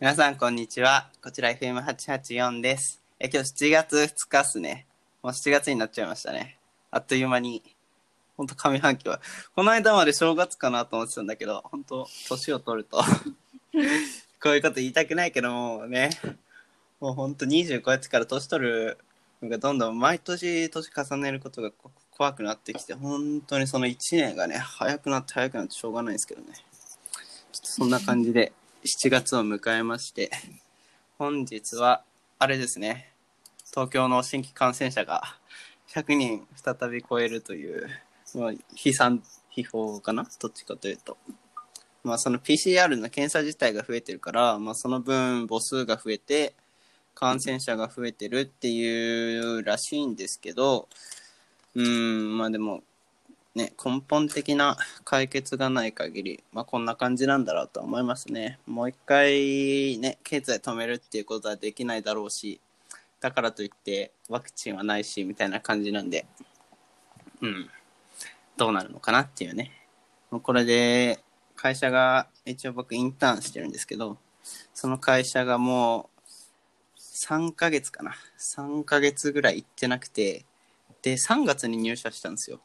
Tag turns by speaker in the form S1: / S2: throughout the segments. S1: 皆さん、こんにちは。こちら FM884 です。え、今日7月2日っすね。もう7月になっちゃいましたね。あっという間に。ほんと上半期は。この間まで正月かなと思ってたんだけど、ほんと、年を取ると。 こういうこと言いたくないけどもうね。もうほんと20超えてから年取るのがどんどん毎年年重ねることがこ怖くなってきて、本当にその1年がね、早くなって早くなってしょうがないんですけどね。ちょっとそんな感じで7月を迎えまして、本日はあれですね、東京の新規感染者が100人再び超えるという、まあ、悲惨、悲報かなどっちかというと。まあその PCR の検査自体が増えてるから、まあその分母数が増えて、感染者が増えてるっていうらしいんですけど、うーん、まあでも、ね、根本的な解決がない限り、まあ、こんな感じなんだろうと思いますね。もう一回、ね、経済止めるっていうことはできないだろうし、だからといってワクチンはないし、みたいな感じなんで、うん、どうなるのかなっていうね。もうこれで、会社が、一応僕インターンしてるんですけど、その会社がもう、3ヶ月かな。3ヶ月ぐらい行ってなくて、で、3月に入社したんですよ。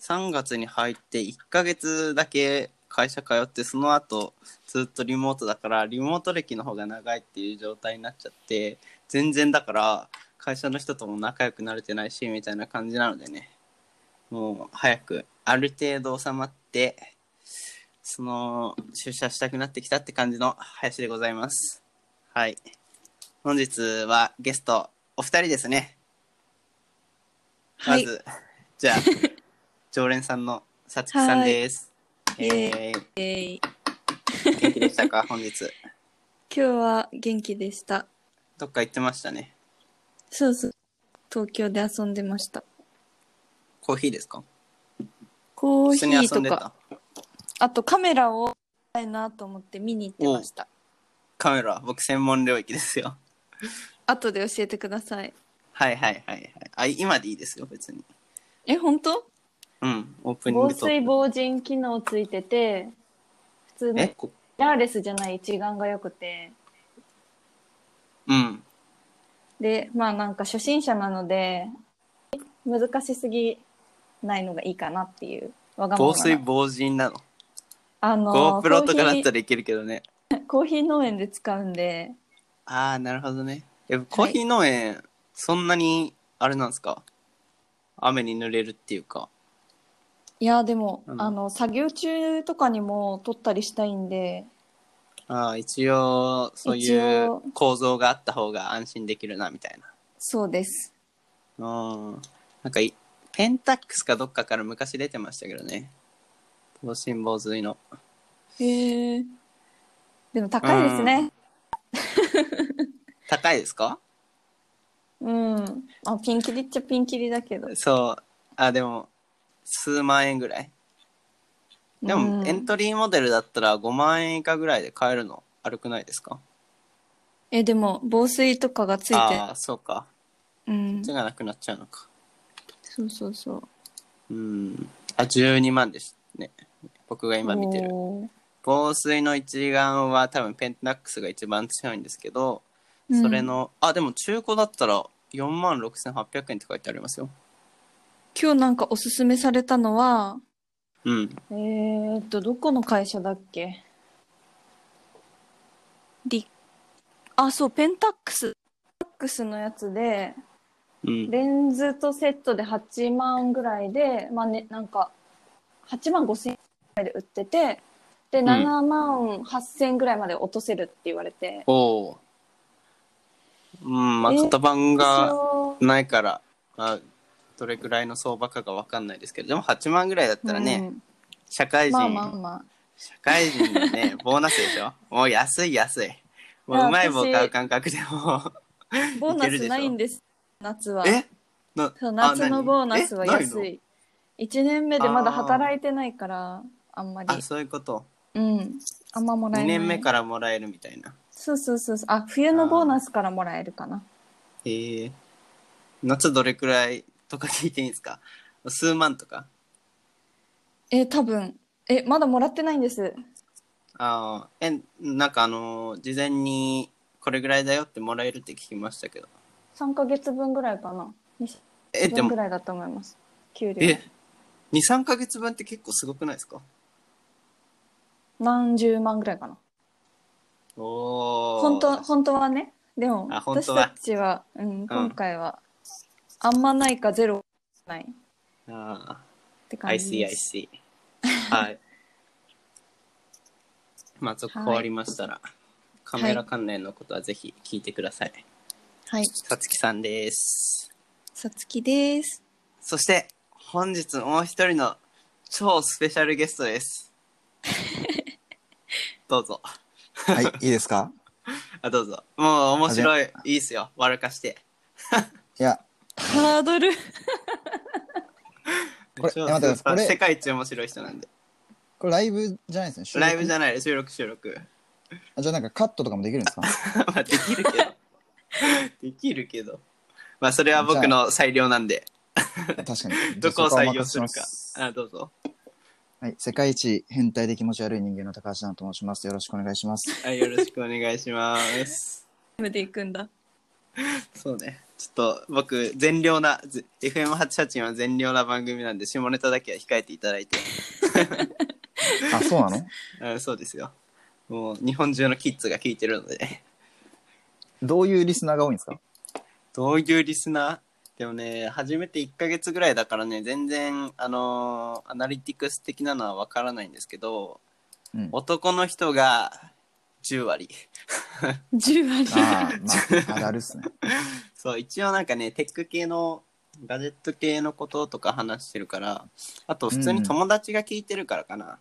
S1: 3月に入って1ヶ月だけ会社通ってその後ずっとリモートだからリモート歴の方が長いっていう状態になっちゃって全然だから会社の人とも仲良くなれてないしみたいな感じなのでねもう早くある程度収まってその出社したくなってきたって感じの林でございますはい本日はゲストお二人ですね
S2: は
S1: ま
S2: い。
S1: ず、じゃ あ、常連さんのさつきさんです。
S2: はい
S1: えー、
S2: えー
S1: 元気でしたか、本日。
S2: 今日は元気でした。
S1: どっか行ってましたね。
S2: そうそう。東京で遊んでました。
S1: コーヒーですか
S2: コー
S1: 普
S2: ヒ
S1: 通に
S2: ー
S1: 遊
S2: と
S1: んで
S2: か、
S1: た。
S2: あとカメラをしたいなと思って見に行ってました。
S1: カメラ、僕専門領域ですよ。
S2: 後で教えてください。
S1: はいはいはいはい。あ、今でいいですよ、別に。
S2: え、本当
S1: うん、オープニン
S3: 防
S1: グと。
S3: 水防塵機能ついてて普通の
S1: え
S3: ミ
S1: こ
S3: ラーレスじゃない一眼が良くて
S1: うん。
S3: でまあなんか初心者なので難しすぎないのがいいかなっていうわがまま
S1: 防
S3: な
S1: 水防塵なの。
S3: あの
S1: GoPro とかだっ
S3: コ
S1: た
S3: ー
S1: らいけるけどね。
S3: ヒーコーヒー農園で使うんで
S1: あー、なるほどね。えコーヒー農園、そんなに、あれなんですか雨に濡れるっていうか。
S3: いやでも、
S1: うん
S3: あの作業中とかにも撮ったりしたいんで
S1: ああ一応そう
S3: 一
S1: い
S3: 応
S1: う構造があった方が安心できるなみたい
S3: そうです
S1: なうんなんかいペンタックスかどっかから昔出てましたけどね防心防水の
S2: へえ。
S3: でも高いですね
S1: 高いですか
S3: うん、あピンキリっちゃピンキリだけど
S1: そうあでも数万円ぐらいでも、
S3: うん
S1: エントリーモデルだったら5万円以下ぐらいで買えるの悪くないですか
S2: え、でも、防水とかがつい
S1: ああそうか
S2: て。うん
S1: 手。がなくなっちゃうのか
S2: そうそうそう。
S1: うんあ12万ですね僕が今見てる
S3: おー
S1: 防水の一眼は多分ペンタックスが一番強いんですけど、
S2: うん
S1: それのあでも中古だったら4万6800円って書いてありますよ
S2: 今日なんかおすすめされたのは、
S1: うん
S3: えー、っとどこの会社だっけ
S2: リ、あ、そう、ペンタックス。
S3: マックスのやつで
S1: うん
S3: レンズとセットで8万ぐらいでまあねなんか8万5千円ぐらいで売っててで
S1: ん
S3: 7万8千ぐらいまで落とせるって言われて、
S1: おおーうんまあ
S3: え
S1: 型番が
S3: そ
S1: ないから、まあ、どれぐらいの相場かが分かんないですけどでも8万ぐらいだったらね、社会
S3: う
S1: 人、
S3: まあまあま
S1: 社会人の ねボーナスでしょもう安い安いも
S3: いうや
S1: うまい棒
S3: 私
S1: 買う感覚でも
S3: あボーナ
S1: いけるでし
S3: ス
S1: ょ
S3: ないんです夏は
S1: えな
S3: そう
S1: あ
S3: 夏の
S1: 何
S3: ボーナスは
S1: えないの
S3: 安い1年目でまだ働いてないからあんまり
S1: あそういうこと
S3: うんあんまもらえ
S1: 2
S3: ない
S1: 年目からもらえるみたいな
S3: そうそうそうそうあ冬のボーナスからもらえるかな
S1: へえ夏どれくらいとか聞いていいんですか数万とか
S2: え、多分。
S3: えまだもらってないんです
S1: あーえ、なんかあのー事前にこれぐらいだよってもらえるって聞きましたけど。
S3: 3ヶ月分ぐらいかな2
S1: え、で
S3: 分ぐ
S1: も、
S3: らいだと思います給料
S1: え、2、3ヶ月分って結構すごくないですか
S3: 何十万ぐらいかな
S1: おー。
S3: 本当本当はねでも
S1: あ本
S3: 私
S1: 当は
S3: たちは、うん、今回は、あんまないかゼロないっ
S1: あ
S3: て
S1: あ、I
S3: 感じ
S1: see,
S3: で
S1: I
S3: す
S1: see. はい。 まあ、続報ありましたら、カメラ関連のことはぜひ聞いてください。
S3: はい
S1: さつきさんです。
S3: さつきです
S1: そして、本日もう一人の超スペシャルゲストです。どうぞ。
S4: はい、いいですか
S1: あ、どうぞ。もう面白い。いいっすよ。笑かして。
S4: いや、
S2: ハードル
S4: これ
S1: 超
S4: いや待って
S1: スーパー
S4: これ
S1: 世界一面白い人なんで。
S4: これライブじゃないですね。収録
S1: ライブじゃない、収録収録。
S4: あじゃあなんかカットとかもできるんですか
S1: まあ、できるけど。できるけど。まあ、それは僕の裁量なんで、
S4: 確か に。
S1: どこを
S4: じゃあ
S1: 採用する
S4: そ
S1: か
S4: こはお任せします。
S1: あ、どうぞ。
S4: はい、世界一変態で気持ち悪い人間の高橋さんと申します。よろしくお願いします。
S1: はい、よろしくお願いします。
S2: で行くんだ
S1: そうね。ちょっと僕、善良な、ぜ FM88 は善良な番組なんで、下ネタだけは控えていただいて。
S4: あ、そうなの
S1: うん、そうですよ。もう、日本中のキッズが聞いてるので。
S4: どういうリスナーが多いんですか
S1: どういうリスナーでもね、初めて1ヶ月ぐらいだからね、全然、あのーアナリティクス的なのはわからないんですけど、
S4: うん。
S1: 男の人が10割。
S2: 10割
S4: ああ、まあ、あるある っすね。
S1: そう、一応なんかね、テック系の、ガジェット系のこととか話してるから、あと普通に友達が聞いてるからかな。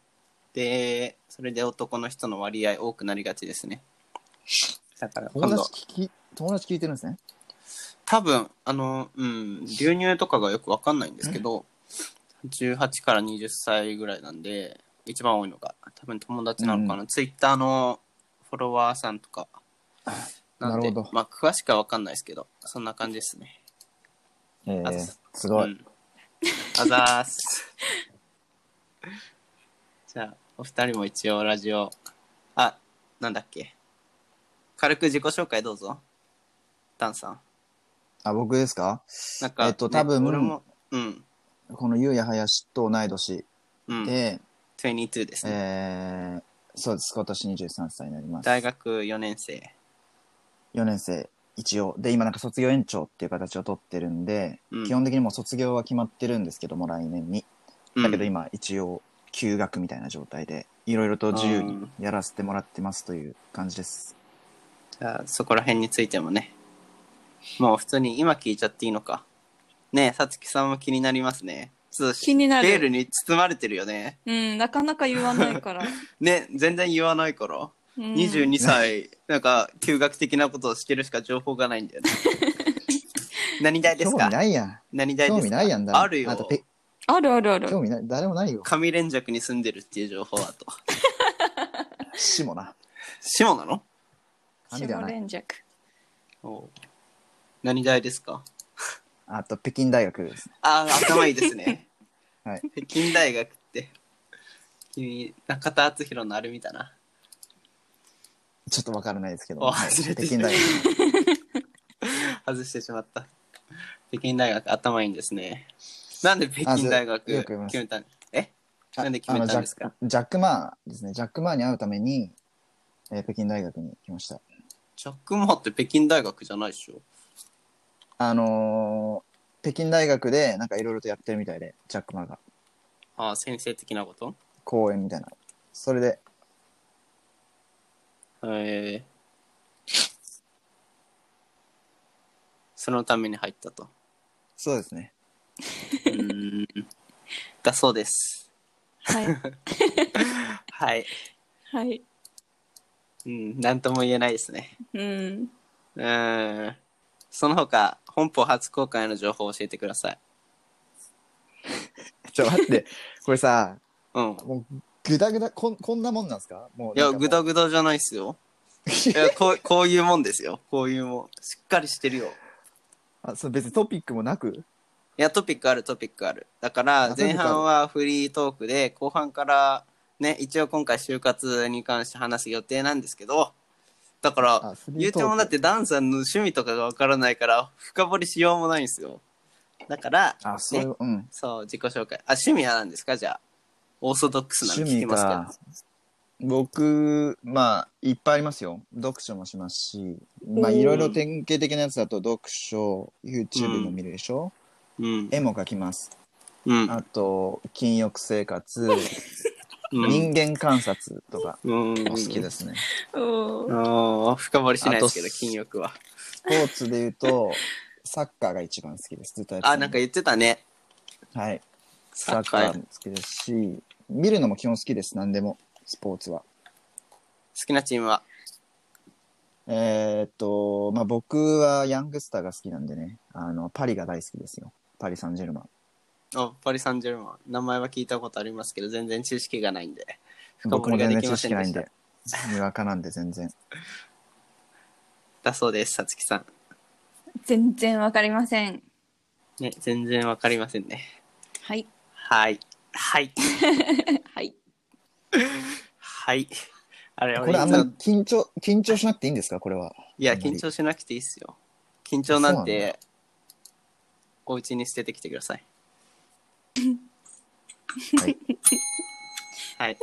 S1: で、それで男の人の割合多くなりがちですね。だから今
S4: 友
S1: 度
S4: 達、聞き、友達聞いてるんですね。
S1: 多分、あの、うん、流入とかがよくわかんないんですけど、18から20歳ぐらいなんで、一番多いのが、多分友達なのかな。ツイッターのフォロワーさんとか。んで
S4: なるほど
S1: まあ、詳しくはわかんないですけど、そんな感じですね。
S4: え
S1: あ
S4: ー
S1: す、
S4: すご
S1: う
S4: い。
S1: んあざーす。 じゃあ、お二人も一応ラジオ、あ、なんだっけ。軽く自己紹介どうぞ。ダンさん。
S4: あ、僕ですか
S1: なんか、
S4: えっと多分
S1: ね俺も、うん、
S4: このゆうやはやしと同い年
S1: うん、
S4: で、
S1: 22ですね。
S4: えー、そうです。今年23歳になります。
S1: 大学4年生。
S4: 4年生一応で今なんか卒業延長っていう形を取ってるんで、
S1: うん
S4: 基本的にもう卒業は決まってるんですけども来年に
S1: うん
S4: だけど今一応休学みたいな状態でいろいろと自由
S1: う
S4: に
S1: ん
S4: やらせてもらってますという感じです、
S1: じゃあ、そこら辺についてもね。もう普通に今聞いちゃっていいのか。ねえ、さつきさんも気になりますね。ちょっと
S2: 気になる
S1: ベールに包まれてるよね。
S2: うんなかなか言わない から、
S1: ね、全然言わないから。
S2: うん、
S1: 22歳、なんか、休学的なことをしてるしか情報がないんだ よね。何代です
S4: 興味
S1: か
S4: ないやん
S1: 何代ですか
S4: 興味ないやんだ
S1: あるよ
S4: ん。たペ
S2: あるあるある
S4: 興味ない誰もないよ
S1: 上連弱に住んでるっていう情報あと。
S4: 死もな
S1: 下なの
S4: 神では
S2: 下
S4: ない
S2: 連弱
S1: お何代ですか
S4: あと北京大学ですね
S1: ああ、頭いいですね。
S4: はい
S1: 北京大学って。君、中田敦弘のあれ見たな。
S4: ちょっとわからないですけど、
S1: お
S4: はい
S1: 忘れ
S4: 北
S1: て
S4: 京大学
S1: 外してしまった。北京大学、頭いいんですね。なんで北
S4: あそ
S1: 京
S4: う
S1: 大学
S4: よく言います
S1: 決めたんえ
S4: あ
S1: なんで決めたんです
S4: あ
S1: か
S4: のジャックジャックマーですねジャックマーに会うために、えー北京大学に来ました
S1: ジャック・マーって北京大学じゃないでしょ
S4: あのー北京大学でなんかいろいろとやってるみたいで、ジャック・マーが
S1: ああ、先生的なこと
S4: 講演みたいな。それで、
S1: えーそのために入ったと。
S4: そうですね。
S1: うーん。だそうです。
S2: はい
S1: はい。
S2: はい
S1: うん、なんとも言えないですね。
S2: うん
S1: うーん。その他、本邦初公開の情報を教えてください。
S4: ちょ、待って、これさ、
S1: うん。
S4: もう、ぐだぐだ、こんこんなもんなんすかもう
S1: い
S4: な
S1: や、
S4: んかもう。
S1: ぐだぐだじゃないっすよ。いや、こう、こういうもんですよ。こういうもん。しっかりしてるよ。
S4: あそう別にトピックもなく、
S1: いや、トピックある、トピックある。だか
S4: あ
S1: ら、
S4: トピ
S1: 前
S4: ックある
S1: 半はフリートークで、後半からね、一応今回就活に関して話す予定なんですけど、だから、
S4: あ、フリ
S1: ゆ
S4: ー
S1: う
S4: ト
S1: ちゃんもだ
S4: ー
S1: っ
S4: ク。
S1: てダンさんの趣味とかがわからないから、深掘りしようもないんですよ。だから、
S4: あ、そうい
S1: ね
S4: う、うん。
S1: そう、自己紹介。あ、趣味は何ですかじゃあ。オーソドックスなの聞
S4: 趣
S1: き
S4: 味
S1: ます
S4: か。僕、まあ、いっぱいありますよ。読書もしますし、まあ、
S3: うん
S4: いろいろ典型的なやつだと、読書、YouTube も見るでしょ、
S1: けど。うん。
S4: 絵も描きます。
S1: うん。
S4: あと、禁欲 生活、
S1: うん。
S4: 人間観察とか、
S1: うん。
S4: お好きですね。
S3: おー
S1: ああ、深掘りしないですけど、
S4: あと
S1: 禁欲は。
S4: スポーツで言うと、サッカーが一番好きです。ずっとやってた
S1: あ、なんか言ってたね。
S4: はい。
S1: サ
S4: サ
S1: ッ
S4: ッ
S1: カ
S4: カ
S1: ー
S4: ー
S1: 好
S4: も好きですし、見るのも基本好きです。何でも、スポーツは。
S1: きなチームは。
S4: えーっと、まあ、僕はヤングスターが好きなんでね、あの、パリが大好きですよ。パリ・サンジェルマン。
S1: あ、パリ・サンジェルマン。名前は聞いたことありますけど、全然知識がないんで。深
S4: 僕
S1: 掘り
S4: も
S1: がで
S4: 全然
S1: きま
S4: 知
S1: せ
S4: 識
S1: ん
S4: な
S1: でし
S4: いん
S1: た。
S4: で、にわかなんで全然。
S1: だそうです、さつきさん。
S3: 全然わかりません。
S1: ね、全然わかりませんね。
S3: はい。
S1: はい。はい。
S3: はい。
S1: はい。あれ、
S4: こ
S1: 俺
S4: れあん
S1: い
S4: ま
S1: つ
S4: り
S1: も
S4: 緊張、緊張しなくていいんですかこ れは。
S1: いや、
S4: あんまり
S1: 緊張しなくていいっすよ。緊張なん
S4: そうなん
S1: て、お家に捨ててきてください。
S4: はい。
S1: はい。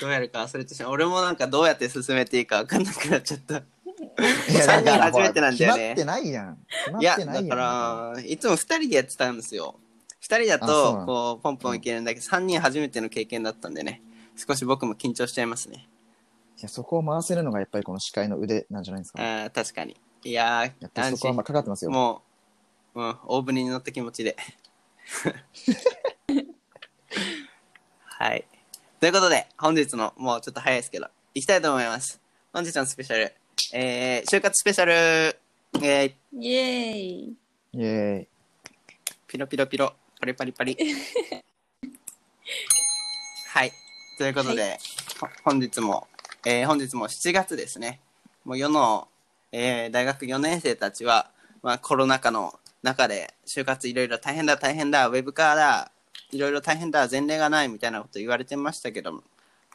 S1: どうやるか忘れてしまう。俺もなんかどうやって進めていいか分かんなくなっちゃった。
S4: いや、だから、
S1: 初めてなんだよね
S4: 決まってないやん。決まっ
S1: いや、
S4: てないや
S1: だ
S4: ん。
S1: から、いつも2人でやってたんですよ。2人だ
S4: あそうな
S1: と、
S4: の
S1: こう、ポンポンいけるんだけど、3人初めての経験だったんでね、少し僕も緊張しちゃいますね。
S4: いや、そこを回せるのがやっぱりこの司会の腕なんじゃないですか。や
S1: あー確かに。いやー
S4: っ、ぱりそこはまあかかってますよ。
S1: もう、うん、大船に乗った気持ちで。はい。ということで、本日の、もうちょっと早いですけど、行きたいと思います。本日のスペシャル、えー、就活スペシャル、えー、
S3: イエーイ。
S4: イェーイ。
S1: ピロピロピロ、パリパリパ リ。はい。ということで、ほ本日も、えー本日も7月ですね。もう世の、えー大学4年生たちは、まあ、コロナ禍の中で、就活いろいろ大変だ、大変だ、ウェブ化だ、いろいろ大変だ、前例がないみたいなこと言われてましたけども、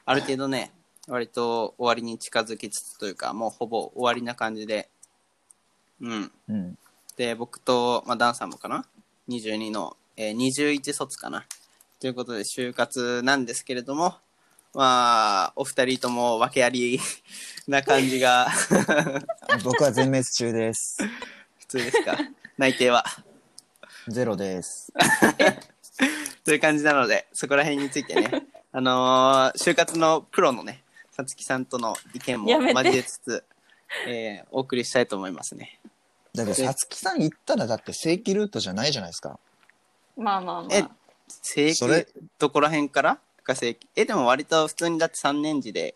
S1: ある程度ね、割と終わりに近づきつつというか、もうほぼ終わりな感じで、うん、
S4: うん。
S1: で僕と、まあ、ダンさんもかな22の、えー、21卒かなということで就活なんですけれどもまあお二人とも訳あり な感じが
S4: 僕は全滅中です。
S1: 普通ですか内定は
S4: ゼロです。
S1: という感じなのでそこら辺についてねあのー就活のプロのねさつきさんとの意見も
S3: やめて
S1: 交えつつ、えーお送りしたいと思いますね
S4: だって、さつきさん行ったらだって正規ルートじゃないじゃないですか。
S3: まあまあま
S1: え
S3: あ。
S1: 正
S4: そ
S1: 規
S4: れ
S1: どこら辺からが正規えでも割と普通にだって3年次で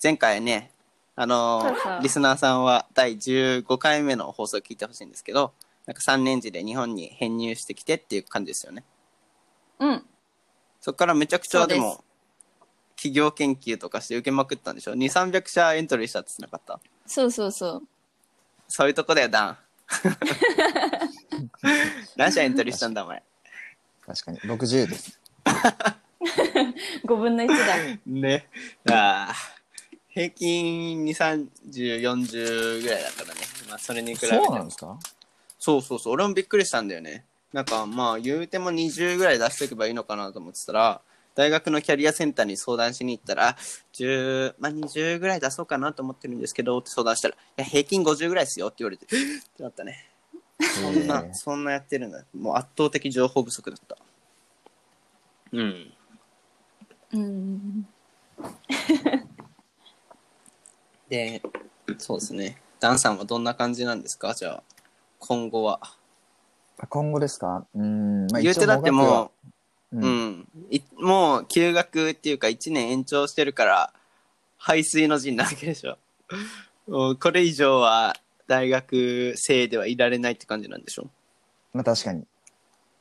S1: 前回ねあの
S3: そうそう
S1: リスナーさんは第15回目の放送聞いてほしいんですけどなんか3年次で日本に編入してきてっていう感じですよね
S3: うん。
S1: そこからめちゃくちゃ
S3: そうで
S1: ですも企業研究とかして受けまくったんでしょ2300社エントリーしたってなかった
S3: そうそうそう。
S1: そういうとこだよダ ン何社エントリーしたんだお前
S4: 確かに。僕10です。
S3: 5分の1だ。
S1: ね。ああ平均2、30、40ぐらいだからね。まあ、それに比べて
S4: そうなん
S1: も。
S4: ですか
S1: そうそうそう。俺もびっくりしたんだよね。なんか、まあ、言うても20ぐらい出しておけばいいのかなと思ってたら、大学のキャリアセンターに相談しに行ったら、あ10、まあ、20ぐらい出そうかなと思ってるんですけど、って相談したら、いや、平均50ぐらいですよって言われて、えっってなったね。そんな、
S4: えー
S1: そんなやってるんだ。もう圧倒的情報不足だった。うん。
S3: うん。
S1: で、そうですね。ダンさんはどんな感じなんですかじゃあ、今後は。
S4: 今後ですかうーん。ま
S1: 言うてだっても
S4: う、
S1: う、
S4: うん。
S1: ん、いもう休学っていうか1年延長してるから、排水の陣なわけでしょ。 もうこれ以上は大学生ではいられないって感じなんでしょ。
S4: まあ確かに。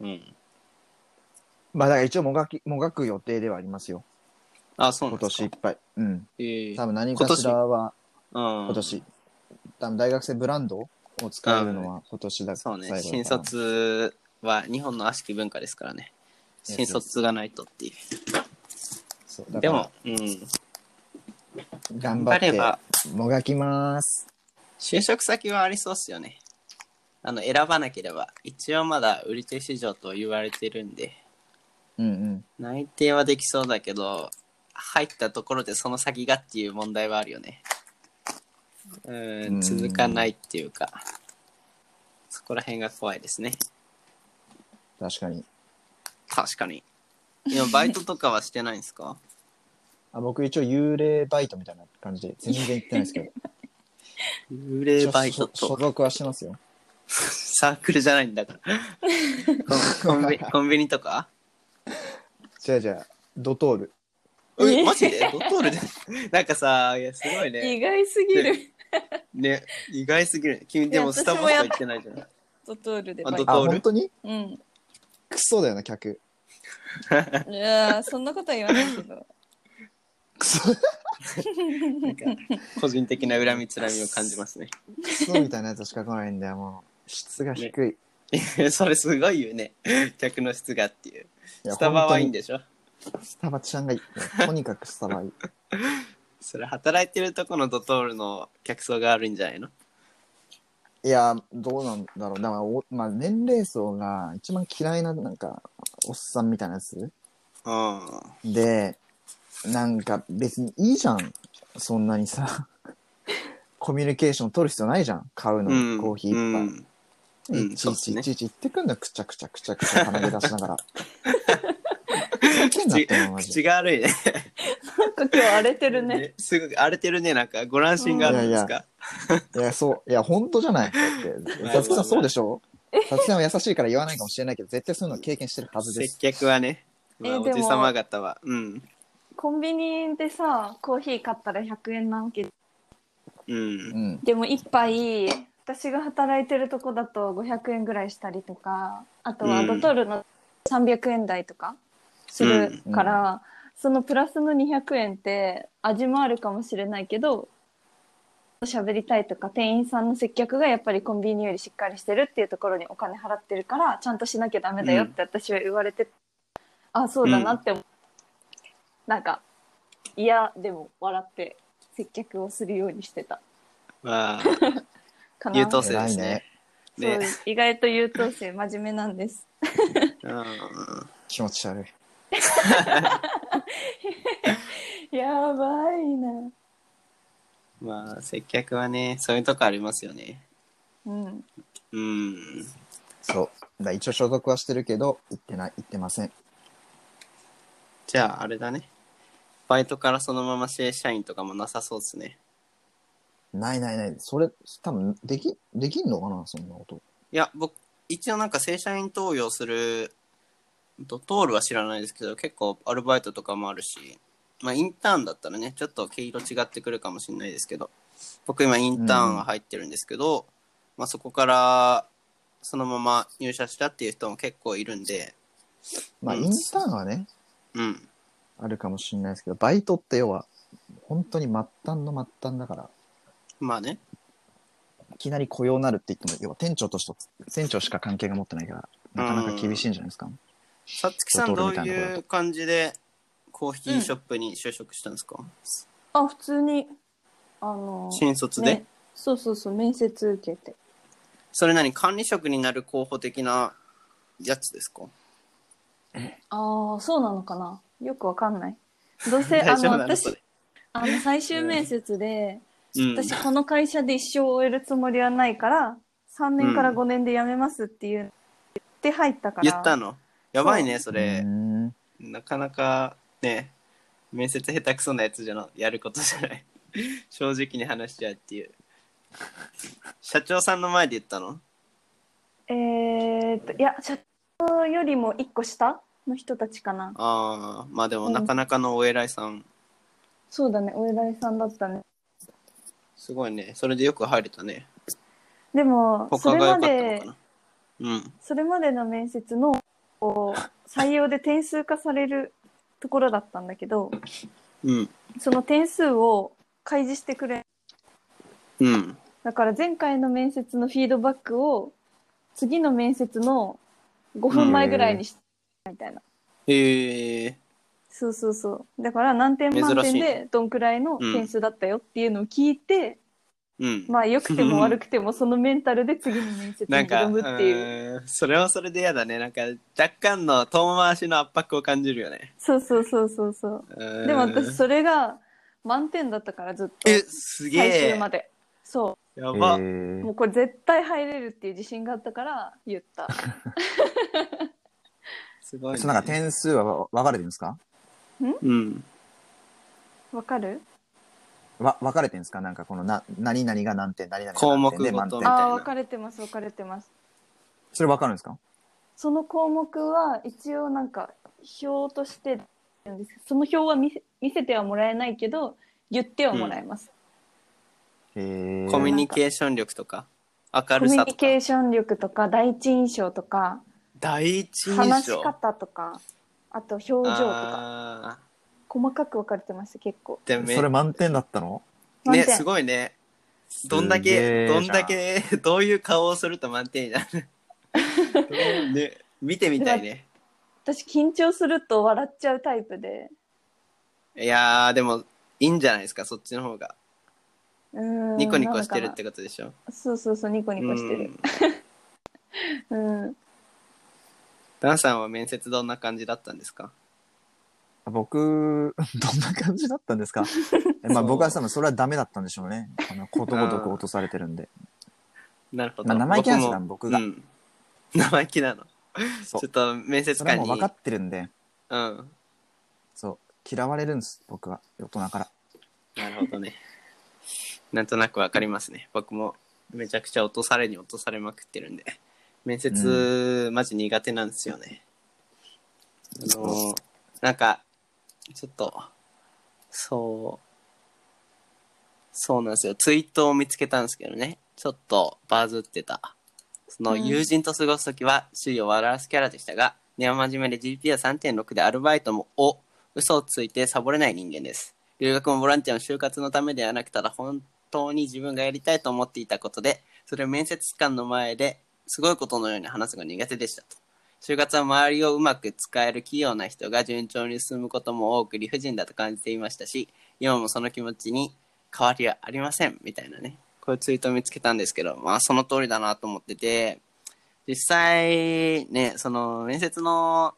S1: うん。
S4: まあだから一応もがき、もがく予定ではありますよ。
S1: あ、そうな
S4: 今
S1: んです
S4: 年
S1: か。
S4: いっぱい。うん。
S1: ええ
S4: 多分何かしらは
S1: うん、
S4: 今年。多分大学生ブランドを使えるのは今年だ
S1: そうね。
S4: 最後
S1: 新
S4: だから
S1: 卒は日本の悪しき文化ですからね。
S4: Yes, yes.
S1: 新卒がないとっていう。
S4: そうだ
S1: で
S4: から
S1: も、うん。
S4: 頑
S1: 頑
S4: 張
S1: 張
S4: っ
S1: れ
S4: て
S1: ば、
S4: もがきます。
S1: 就職先はありそうっすよね。あの、選ばなければ。一応まだ売り手市場と言われてるんで、
S4: うんうん。
S1: 内定はできそうだけど、入ったところでその先がっていう問題はあるよね。う、
S4: うんん
S1: 続かないっていうか、そこら辺が怖いですね。
S4: 確かに。
S1: 確かに。今、バイトとかはしてないんですか
S4: あ僕一応幽霊バイトみたいな感じで全然行ってないですけど。
S1: 幽霊バイト
S4: 所所
S1: と
S4: 属はしてますよ。
S1: サークルじゃないんだから。 コンコンビコンビニとか
S4: じゃあじゃあ、ドトール。
S1: え、マジでドトールで なんかさ、いや、すごいね。
S3: 意外すぎる。
S1: ね、意外すぎる。君でもスタバしか行ってないじゃん。
S3: ドトールで
S1: あ
S3: バイ
S1: ド
S3: ト
S1: ト。
S4: あ、
S1: ール
S4: 本当に
S3: うん。
S4: クソだよな、客。
S3: いやーそんなことは言わないけど。
S4: クソ、ク
S1: なんか個人的な恨みつらみを感じ ますね。
S4: ソみたいなやつしか来ないんだよ、もう。質が低い。
S1: それすごいよね。客の質がっていう。
S4: いや
S1: スタバはいいん
S4: 本
S1: でしょ
S4: 当にスタバちゃんがいい。いやとにかくスタバいい。
S1: それ働いてるとこのドトールの客層が悪いんじゃないの
S4: いや、どうなんだろう。だからお、まあ、年齢層が一番嫌いな、なんか、おっさんみたいなやつ
S1: う
S4: で、なんか別にいいじゃん。そんな にさ、コミュニケーション取る必要ないじゃん。買うのに、
S1: ん。
S4: コーヒー一杯。
S1: うんうん
S4: いち
S1: そう
S4: い
S1: っす
S4: ち
S1: ね
S4: いちいち言ってくんだよ、くちゃくちゃくちゃくちゃ鼻毛出しながら。
S1: 口
S4: ふざけんなって思うマジで
S1: 口が悪いね。
S3: なんか今日荒れてるね。
S1: ねすごく荒れてるね。なんかご乱心があるんですか。
S4: いや、そう、いや、本当じゃない。だって、
S1: まあ
S4: さつきさんそうでしょさつきさんは優しいから言わないかもしれないけど、絶対そういうの経験してるはずで
S1: 接
S4: す。
S1: 客はね。ま
S3: え
S1: あ、お
S3: でも
S1: じさま方は。うん。
S3: コンビニでさ、コーヒー買ったら100円なわけ。
S1: う。
S4: うんん。
S3: でも一杯、私が働いてるとこだと500円ぐらいしたりとか、あと
S1: う
S3: は
S1: ん
S3: ドトールの300円台とかするから、そのプラスの200円って味もあるかもしれないけど、喋りたいとか店員さんの接客がやっぱりコンビニよりしっかりしてるっていうところにお金払ってるからちゃんとしなきゃダメだよって私は言われて、あそうだなって思う、なんかいやでも笑って接客をするようにしてた
S1: ま あ、
S3: かな
S1: 優等生ですね。
S3: そう
S1: ね。
S3: 意外と優等生真面目な んです
S1: うん。
S4: 気持ち悪い。
S3: やばいな
S1: まあ、接客はね、そういうとこありますよね。
S3: うん
S1: うん。
S4: そう。だから一応所属はしてるけど、行ってない、行ってません。
S1: じゃあ、あれだね。バイトからそのまま正社員とかもなさそうですね。
S4: ないないない。それ、多分、でき、できんのかなそんなこと。
S1: いや、僕、一応なんか正社員登用する、ドトールは知らないですけど、結構アルバイトとかもあるし、まあ、インターンだったらね、ちょっと毛色違ってくるかもしれないですけど、僕今インターンは入ってるんですけど、まあ、そこから、そのまま入社したっていう人も結構いるんで、
S4: まあ、
S1: うん
S4: インターンはね、
S1: うん。
S4: あるかもしれないですけど、バイトって要は、本当に末端の末端だから、
S1: まあね。
S4: いきなり雇用なるって言っても、要は店長としと、店長しか関係が持ってないから、なかなか厳しいんじゃないですか。
S1: さつきさん、
S4: ド
S1: ど
S4: トー
S1: う
S4: ルみたいなところだ
S1: い
S4: と
S1: う感じでコーヒーショップに就職したんですか、
S3: あ普通にあの
S1: 新卒で、
S3: ねそうそうそう面接受けて
S1: それ何管理職になる候補的なやつですか
S3: ああそうなのかなよくわかんないどうせあ
S1: 大丈
S3: の
S1: 夫なのそ
S3: 私
S1: れ。
S3: あの最終面接で、
S1: うん、
S3: 私この会社で一生終えるつもりはないから3年から5年で辞めますっていう、で入ったから
S1: 言ったのやばいね、それ
S4: うー。ん
S1: なかなかね、面接下手くそなやつじゃなやることじゃない。 正直に話しちゃうっていう。社長さんの前で言ったの
S3: えー、っといや社長よりも1個下の人たちかな
S1: ああ、まあでも
S3: うん
S1: なかなかのお偉いさん。
S3: そうだねお偉いさんだったね
S1: すごいね。それでよく入れたね。
S3: でもそ
S1: 他
S3: れ
S1: が良か
S3: ま
S1: ったの
S3: で
S1: かな。うん。
S3: それまでの面接のこう採用で点数化されるところだったんだけど
S1: うん。
S3: その点数を開示してくれ
S1: うん。
S3: だから前回の面接のフィードバックを次の面接の5分前ぐらいにしみたいな。
S1: へえ
S3: そうそうそう。だから何点満
S1: 珍し
S3: 点
S1: い
S3: でどんくらいの点数だったよっていうのを聞いて、
S1: うん。
S3: まあ良くても悪くてもそのメンタルで次の面接に
S1: なんか、
S3: 挑むっていう。
S1: うんそれはそれで嫌だね。なんか、若干の遠回しの圧迫を感じるよね。
S3: そうそうそうそうそう。
S1: うん
S3: でも私それが満点だったからずっと
S1: え、すげ
S3: 最終
S1: え
S3: ま。で。そ
S1: やば。
S4: え
S3: う。
S4: ー
S3: もうこれ絶対入れるっていう自信があったから言った。
S1: すごい、ね。
S4: そうなんか点数はわ分かれてるんですか
S1: うん。
S3: わかる
S4: わ分かれてるんですかなんかこのな何々が何点何々が
S1: 項
S4: 何
S1: 目
S4: 点で
S1: ご
S4: 満
S1: とみ
S4: 点
S1: たいな
S3: ああー、分かれてます分かれてます。
S4: それ分かるんですか
S3: その項目は一応なんか表としてなんですけどその表は見せ見せてはもらえないけど言ってはもらえます。
S4: へえ
S1: コミュニケーション力とか、明
S3: コ
S1: る
S3: ミュ
S1: さと
S3: ニ
S1: か
S3: ケ、ーション力とか第一印象とか
S1: 第一印象。
S3: 話し方とかあと表情とか
S1: あ
S3: 細かく分かれてました結構
S1: ーでも
S4: それ満点だったの
S3: 満
S1: ね、
S3: 点
S1: すごいね。どんだ
S4: すげ
S1: け、
S4: え
S1: どんだけ、どういう顔をすると満点になる ね、見てみたいね。
S3: 私緊張すると笑っちゃうタイプで
S1: いやー、でも、いいんじゃないですか、そっちの方が。
S3: うーん
S1: ニコニコしてるっ
S3: な
S1: てことでしょ。
S3: のかなそうそうそうニコニコして
S1: う
S3: る
S1: ん。
S3: うん、
S1: ダンさんは面接どんな感じだったんですか
S4: 僕、 どんな感じだったんで すかえまあ僕は多分それはダメだったんでしょうね。あの、ことごとく落とされてるんで。
S1: なるほ
S4: ま
S1: ど。
S4: あ生意気なんですよ、
S1: 僕も
S4: 僕が
S1: う。ん生意気なの。ち
S4: そ
S1: ょ
S4: う
S1: っと面接
S4: それは
S1: 官
S4: もう
S1: に。
S4: 分かってるんで、
S1: うん。
S4: そう、嫌われるんです、僕は。大人から。
S1: なるほどね。なんとなくわかりますね。僕もめちゃくちゃ落とされに落とされまくってるんで。面接、マジ苦手なんですよね。あのー、なんか、ちょっと、そう、そうなんですよ。ツイートを見つけたんですけどね。ちょっとバズってた。その
S3: うん
S1: 友人と過ごすときは周囲を笑わすキャラでしたが、根は真面目で GP は3.6でアルバイトもを嘘をついてサボれない人間です。留学もボランティアも就活のためではなく、ただ本当に自分がやりたいと思っていたことで、それを面接官の前ですごいことのように話すのが苦手でしたと。就活は周りをうまく使える器用な人が順調に進むことも多く理不尽だと感じていましたし、今もその気持ちに変わりはありませんみたいなね、こういうツイートを見つけたんですけど、まあその通りだなと思ってて、実際ね、その面接の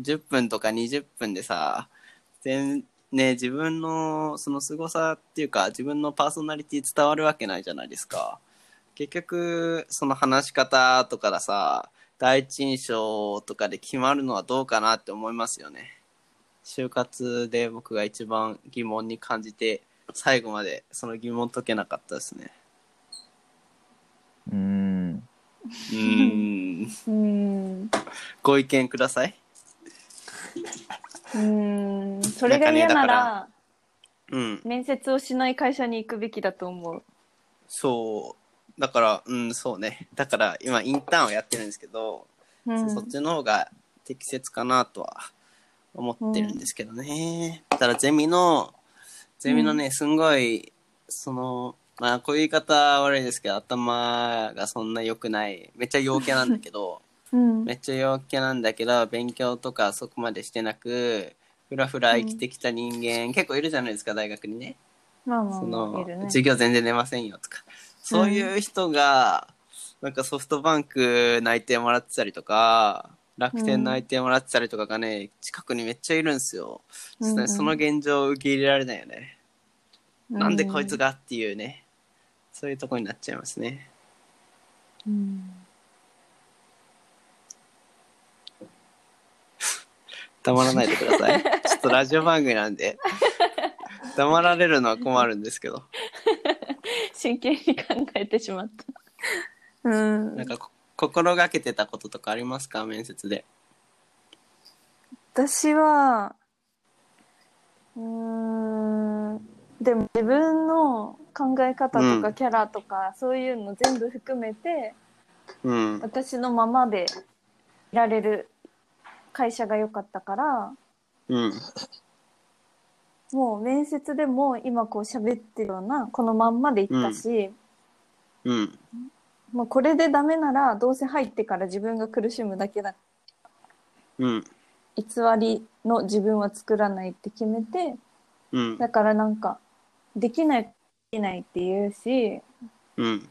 S1: 10分とか20分でさ、全ね、自分のその凄さっていうか自分のパーソナリティ伝わるわけないじゃないですか。結局その話し方とかださ第一印象とかで決まるのはどうかなって思いますよね就活で僕が一番疑問に感じて最後までその疑問解けなかったですね
S4: うーん。
S1: うーん
S3: うーん
S1: ご意見ください
S3: うーんそれが嫌な
S1: なんからうん
S3: 面接をしない会社に行くべきだと思う
S1: そうだからうんそうねだから今インターンをやってるんですけど、
S3: うん
S1: そっちの方が適切かなとは思ってるんですけどね。ただゼミの、ゼミのね、すんごい、その、まあこういう言い方は悪いですけど、頭がそんな良くない、めっちゃ陽キャなんだけど、
S3: うん
S1: めっちゃ陽キャなんだけど、勉強とかそこまでしてなく、ふらふら生きてきた人間、結構いるじゃないですか、大学にね。
S3: まあまあ
S1: そ
S3: まあ
S1: の
S3: いるね
S1: 授業全然出ませんよとかそういう人が、なんかソフトバンク内定もらってたりとか楽天内定もらってたりとかがね、近くにめっちゃいるんですよ、
S3: うんうん
S1: そその現状を受け入れられないよね、なんでこいつがっていうねそういうとこになっちゃいますね
S3: うん
S1: 黙らないでくだ さいちょっとラジオ番組なんで黙られるのは困るんですけど
S3: 真剣に考えてしまった。うん
S1: なんかこ心がけてたこととかありますか面接で
S3: 私は、うーん、でも自分の考え方と
S1: う
S3: か
S1: ん
S3: キャラとか、そういうの全部含めて、
S1: うん
S3: 私のままでいられる会社が良かったから、
S1: うん
S3: もう面接でも今こう喋ってるような、このまんまで行ったし、
S1: うん
S3: もうこれでダメならどうせ入ってから自分が苦しむだけだ
S1: うん
S3: 偽りの自分は作らないって決めて
S1: うん。
S3: だからなんかできないできないって言うし
S1: うん。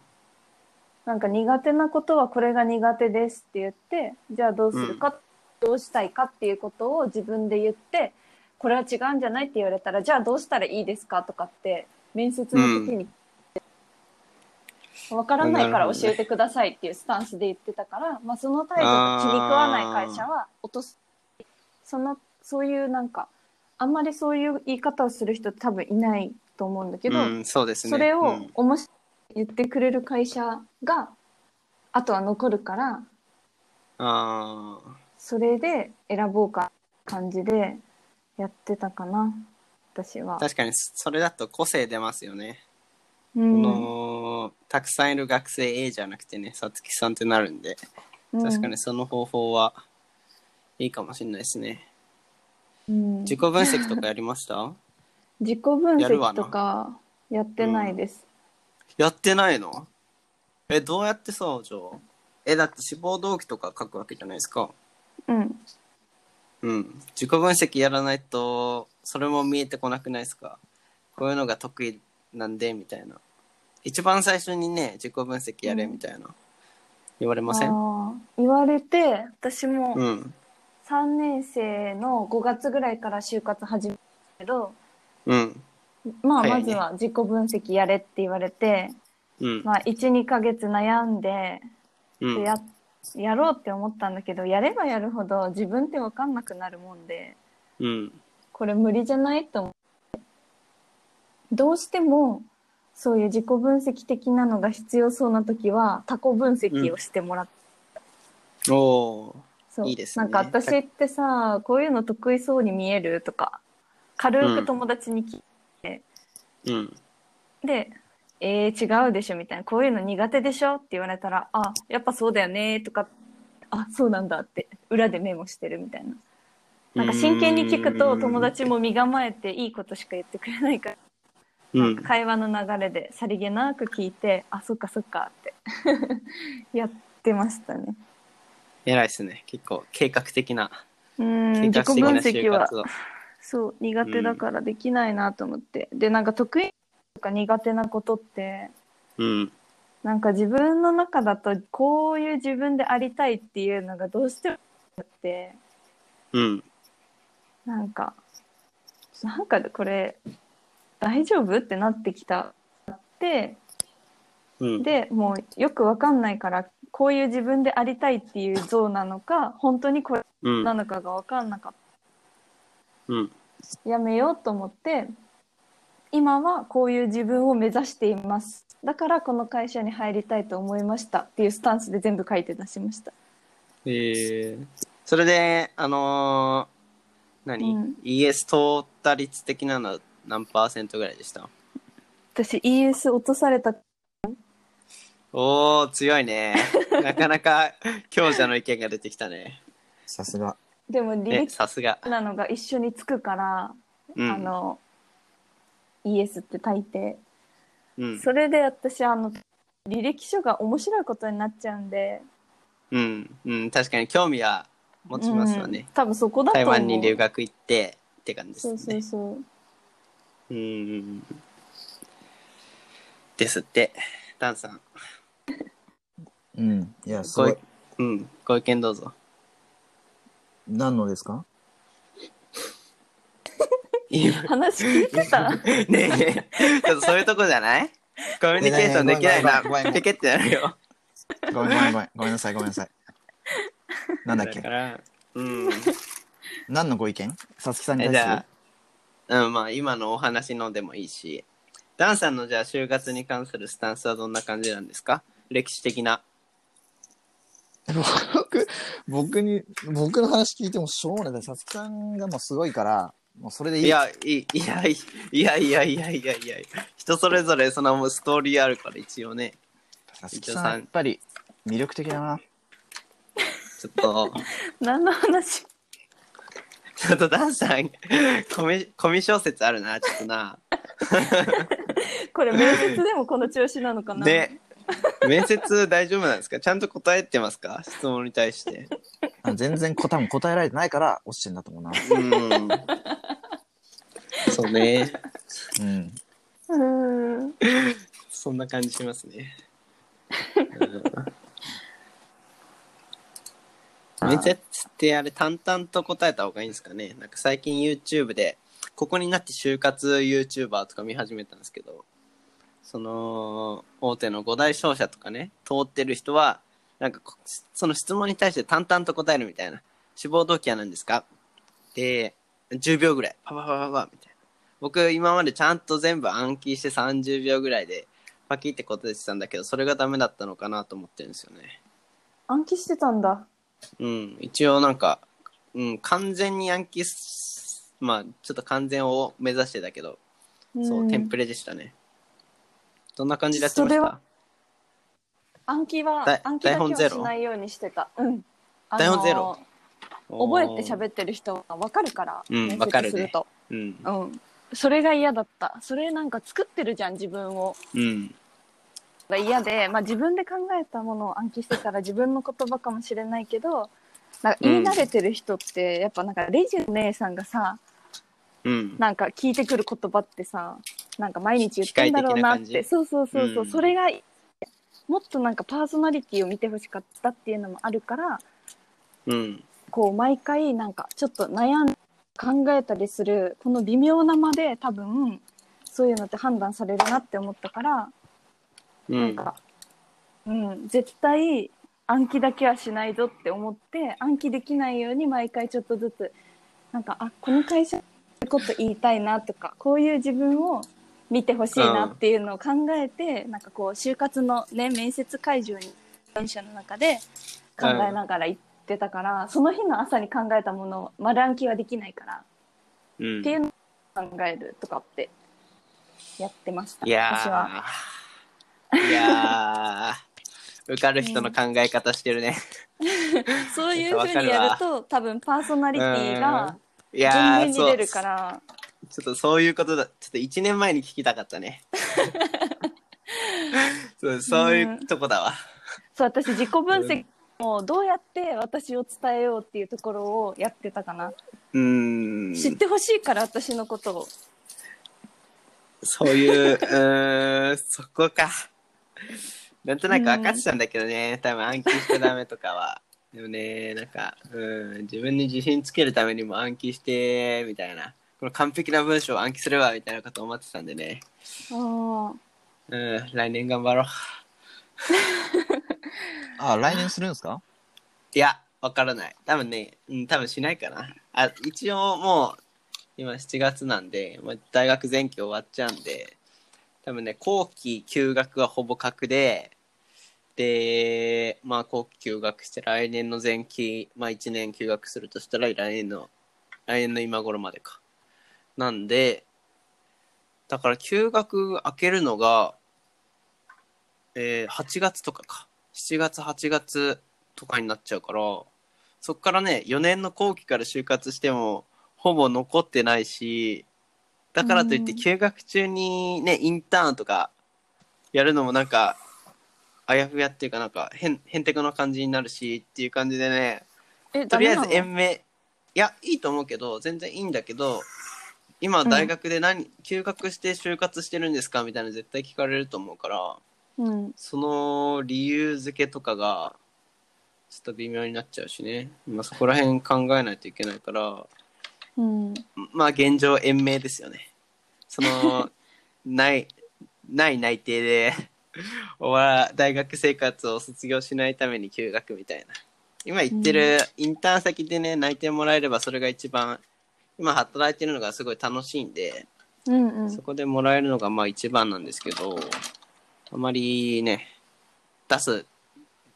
S3: なんか苦手なことはこれが苦手ですって言ってじゃあどうするか、どうしたいかっていうことを自分で言ってこれは違うんじゃないって言われたらじゃあどうしたらいいですかとかって面接の時に、わからないから教えてくださいっていうスタンスで言ってたから、まあ、その態度が気に食わない会社は落とすそのそういうなんかあんまりそういう言い方をする人多分いないと思うんだけど、
S1: うん、そうですね。
S3: それ
S1: う
S3: を
S1: ん
S3: 面白い言ってくれる会社があとは残るから
S1: ああ。
S3: それで選ぼうか感じでやってたかな私は。
S1: 確かにそそれだと個性出ますよね、
S3: う
S1: こ
S3: ん
S1: のたくさんいる学生 A じゃなくてねさつきさんってなるんで確かにその方法はいいかもしれないですね、
S3: うんうん
S1: 自己分析とかやりました
S3: 自己分
S1: やるわ
S3: 析
S1: な
S3: とかやってないです。
S1: やってないのえどうやってさじゃあえだって志望動機とか書くわけじゃないですか
S3: うん、
S1: うん自己分析やらないとそれも見えてこなくないですかこういうのが得意なんでみたいな一番最初にね自己分析やれみたいな、言われません
S3: あー言われて私も
S1: うん
S3: 3年生の5月ぐらいから就活始めたけど、
S1: うん
S3: まあ、
S1: 早
S3: ま
S1: い
S3: ず
S1: ね
S3: は自己分析やれって言われて、
S1: うん
S3: まあ、12ヶ月悩んで
S1: うん
S3: ややろうって思ったんだけどやればやるほど自分って分かんなくなるもんで
S1: うん
S3: これ無理じゃないと思ってどうしてもそういう自己分析的なのが必要そうな時は他己分析をしてもらって、
S1: おお
S3: そう
S1: いいですね
S3: なんか私ってさこういうの得意そうに見えるとか軽く友達に聞いて、
S1: ー。うん。
S3: で「えー、違うでしょ」みたいな「こういうの苦手でしょ」って言われたら「あやっぱそうだよね」とか「あそうなんだ」って裏でメモしてるみたいななんか真剣に聞くと友達も身構えていいことしか言ってくれないから、
S1: う
S3: なん
S1: ん
S3: か。会話の流れでさりげなく聞いて「あそっかそっか」って やってましたね。
S1: 偉いですね。結構計画的な、
S3: うん
S1: 計
S3: 自
S1: 画
S3: 己
S1: 的
S3: 分
S1: な
S3: 析
S1: 就
S3: は
S1: 活を。
S3: そう苦手だからできないなと思って、でなんか得意とか苦手なことって
S1: うん。
S3: なんか自分の中だとこういう自分でありたいっていうのがどうしてもあって
S1: うん。
S3: なんかなんかこれ大丈夫ってなってきたって
S1: うん。
S3: でもうよくわかんないからこういう自分でありたいっていう像なのか本当にこれ
S1: うん。
S3: なのかがわかんなかっ
S1: うん。
S3: たやめようと思って今はこういう自分を目指していますだからこの会社に入りたいと思いましたっていうスタンスで全部書いて出しました。
S1: えーそれで、あのー何、
S3: うん
S1: ?ES 通った率的なのは何パーセントぐらいでした
S3: 私 ES 落とされた
S1: おお強い ね。なかなか強者の意見が出てきた ね。
S4: さすが。
S3: でも履
S1: え、
S3: 歴
S1: さすが。
S3: なのが一緒につくから、
S1: うん。
S3: あの ES って書いて、
S1: うん。
S3: それで私あの履歴書が面白いことになっちゃうんで
S1: うん。うん。確かに興味は持ちますわね
S3: うん。多分そこだと
S1: 台
S3: 思う
S1: 湾に留学行ってって感じです
S3: そ
S1: ね。
S3: うそうそう
S1: うんうんうんですって、ダンさん。
S4: うん。いや、す
S1: ご
S4: ご
S1: い
S4: い。
S1: うん、ご意見どうぞ。
S4: 何のですか
S1: ね
S3: 話聞いてた
S1: えねえ、ちょっとそういうとこじゃないコミュニケーションできないな
S4: ごめんごめんごめんごめ。ん
S1: ペケってなるよ。
S4: ごめんごめんごめん。ごめんなさい、ごめんなさい。なんだっけ
S1: ら、うん。
S4: 何のご意見さつきさんに
S1: え
S4: 対
S1: じ
S4: する
S1: ゃあ、うん、まあ今のお話のでもいいし、ダンさんのじゃあ就活に関するスタンスはどんな感じなんですか歴史的な。
S4: 僕、僕に、僕の話聞いてもしょうがない。さつきさんがもうすごいから、もうそれでいい。
S1: いや、いいいや、いいや、いや、いや、いや、いや、人それぞれそのストーリーあるから一応ね、
S4: さつきさん、やっぱり魅力的だな。
S1: ちょっと。
S3: 何の話
S1: ちょっとダンさん、コミ、コミ小説あるな、ちょっとな。
S3: これ面接でもこの調子なのかな、
S1: で、面接大丈夫なんですかちゃんと答えてますか質問に対して。
S4: あの全然こ多分答えられてないから落ちてんだと思うな。
S1: うん。そうね。
S4: うん。
S3: うん。
S1: そんな感じしますね。うん面接ってあれ淡々と答えた方がいいんですかねなんか最近 YouTube でここになって就活 YouTuber とか見始めたんですけどその大手の5大商社とかね通ってる人はなんかこその質問に対して淡々と答えるみたいな志望動機は何ですかで10秒ぐらいパパパパパみたいな僕今までちゃんと全部暗記して30秒ぐらいでパキってことでてたんだけどそれがダメだったのかなと思ってるんですよね
S3: 暗記してたんだ。
S1: うん一応なんか、うん、完全に暗記すまあちょっと完全を目指してたけどそう、
S3: ん
S1: テンプレでしたねどんな感じでやってまし
S3: それ
S1: た
S3: は暗記
S1: だい
S3: は、暗記だ
S1: 台
S3: け
S1: 本ゼ
S3: は
S1: ロ
S3: しないようにしてた。うん。あの
S1: 台本ゼロ
S3: 覚えて
S1: る
S3: 喋ってる人は分かるから、
S1: うん
S3: 面接
S1: 分かるね
S3: すると。
S1: うん
S3: うん。それが嫌だった。それなんか作ってるじゃん、自分を。
S1: うん
S3: が嫌で、まあ、自分で考えたものを暗記してたら自分の言葉かもしれないけどなんか言い慣れてる人ってやっぱなんかレジの姉さんがさ
S1: うん
S3: なんか聞いてくる言葉ってさなんか毎日言ってんだろうなっ
S1: 機械的な感
S3: て
S1: じ
S3: そうそうそうそう、
S1: うん
S3: それがもっとなんかパーソナリティを見てほしかったっていうのもあるから
S1: うん
S3: こう毎回なんかちょっと悩んで考えたりするこの微妙な間で多分そういうのって判断されるなって思ったから
S1: う
S3: なん
S1: ん
S3: か、うん、絶対暗記だけはしないぞって思って暗記できないように毎回ちょっとずつなんかあこの会社のこと言いたいなとかこういう自分を見てほしいなっていうのを考えて、なんかこう就活のね面接会場に電車の中で考えながら行ってたから、その日の朝に考えたものを丸暗記はできないから、
S1: うん
S3: っていうのを考えるとかってやってました
S1: いや
S3: 私は。
S1: ーいやー受かる人の考え方してるね、
S3: そういうふうにやると多分パーソナリティが
S1: いや
S3: 前
S1: ー
S3: 面に
S1: そう
S3: 出るから
S1: ちょっとそういうことだ。ちょっと1年前に聞きたかったね。 そうそういうとこだわ。
S3: そう私自己分
S1: うん
S3: 析もどうやって私を伝えようっていうところをやってたかな、
S1: うーん。
S3: 知ってほしいから私のことを
S1: そういう、うーん、そこか。なんとなく分かってたんだけどね、多分暗記しちゃダメとかは。でもね、なんか、うん、自分に自信つけるためにも暗記して、みたいな。この完璧な文章を暗記すれば、みたいなこと思ってたんでね。
S3: あ
S1: うん、来年頑張ろう。
S4: あ、来年するんですか
S1: いや、わからない。多分ね、うん、多分しないかな。あ、一応もう、今7月なんで、もう大学前期終わっちゃうんで、多分ね、後期休学はほぼ確で、で、まあ後期休学して来年の前期、まあ1年休学するとしたら来年の、来年の今頃までか。なんで、だから休学明けるのが、えー8月とかか。7月、8月、とかになっちゃうからそこからね4年の後期から就活してもほぼ残ってないしだからといって
S3: うん
S1: 休学中にねインターンとかやるのもなんかあやふやっていうかなんか変変テクな感じになるしっていう感じでね
S3: え
S1: と
S3: ダ
S1: りあ
S3: メ
S1: え
S3: な
S1: ず
S3: の
S1: 延命いやいいと思うけど全然いいんだけど今大学で何、休学して就活してるんですかみたいなの絶対聞かれると思うから。
S3: うん
S1: その理由付けとかがちょっと微妙になっちゃうしね、まあ、そこら辺考えないといけないから
S3: うん
S1: まあ現状延命ですよねそ のないない内定で終わら大学生活を卒業しないために休学みたいな今言ってるインターン先でね内定もらえればそれが一番今働いてるのがすごい楽しいんで
S3: うんう
S1: そ
S3: ん
S1: こでもらえるのがまあ一番なんですけど、あまりね、出す、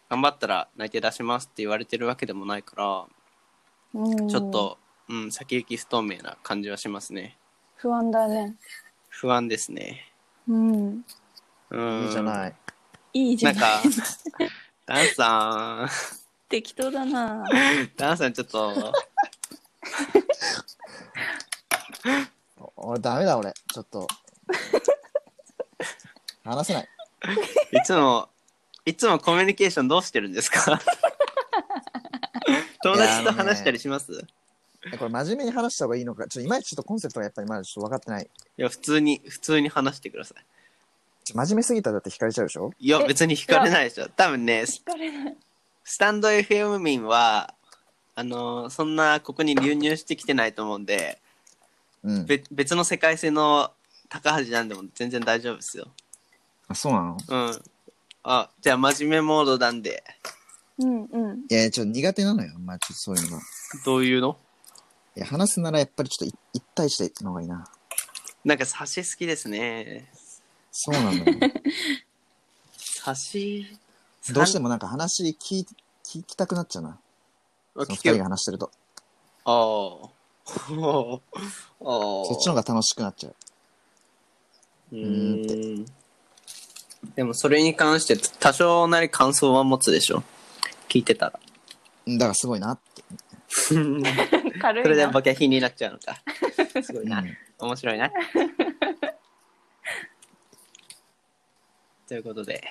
S1: 頑張ったら内定出しますって言われてるわけでもないか
S3: うん
S1: ら、ちょっと、うん、先行き不透明な感じはしますね。
S3: 不安だね
S1: 不安ですね。
S3: うん
S1: うん。
S4: いいじゃない。
S3: いいじ
S1: な
S3: ゃ
S1: ん
S3: ない
S1: か、ダンさ、
S3: 適当だなん
S1: ダンさんちょっと、
S4: お俺ダメだ俺。ちょっと。 話せない。
S1: いつも、いつもコミュニケーションどうしてるんですか友達と話したりしますいや,、
S4: これ真面目に話した方がいいのか、ちょっといまいちちょっとコンセプトがやっぱりまだちょっと分かってない。
S1: 普通に、普通に話してくださ
S4: ちょ真面目すぎたらだって惹かれちゃうでしょ
S1: い。いや、
S3: え
S1: 別に惹かれないでしょ。多分ね、ス
S3: 疲れない。
S1: スタンド FM 民は、あのーそんなここに流入してきてないと思うんで、
S4: うん。
S1: べ別の世界線の高橋なんでも全然大丈夫ですよ。
S4: あ、そうなの
S1: うん。あ、じゃあ真面目モードなんで、
S3: うん うん。
S4: いや、ちょっと苦手なのよ。まあ、ちょっとそういうのが。
S1: どういうの
S4: いや、話すならやっぱりちょっと一対一での方がいいな。
S1: なんか差し好きですね。
S4: そう なんだよ。
S1: 差し。
S4: どうしてもなんか話聞い聞きたくなっちゃうな。
S1: も
S4: その
S1: 聞
S4: 二
S1: け
S4: 人
S1: よ
S4: が。話してると。
S1: ああ。あ あ。
S4: そっちの方が楽しくなっちゃう。
S1: うーん。でもそれに関して多少なり感想は持つでしょ。聞いてたら。
S4: うんだからすごいなって。
S1: それ
S3: 軽いな。
S1: でボキャヒになっちゃうのか。 すごいな
S4: う。ん
S1: 面白 いな。ということで、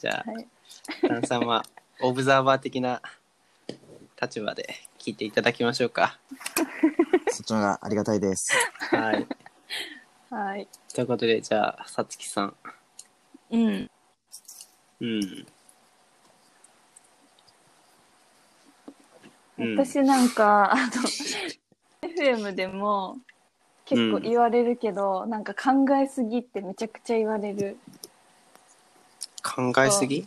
S1: じゃあ、
S3: はい
S1: タンさんはオブザーバー的な立場で聞いていただきましょうか。
S4: そっちの方がありがたいです。
S1: はい。
S3: はい。
S1: ということで、じゃあ、さつきさん。
S2: うん。
S1: うん。うん、
S3: 私なんか、あの、FM でも結構言われるけど、なんか考えすぎってめちゃくちゃ言われる。
S1: 考えすぎ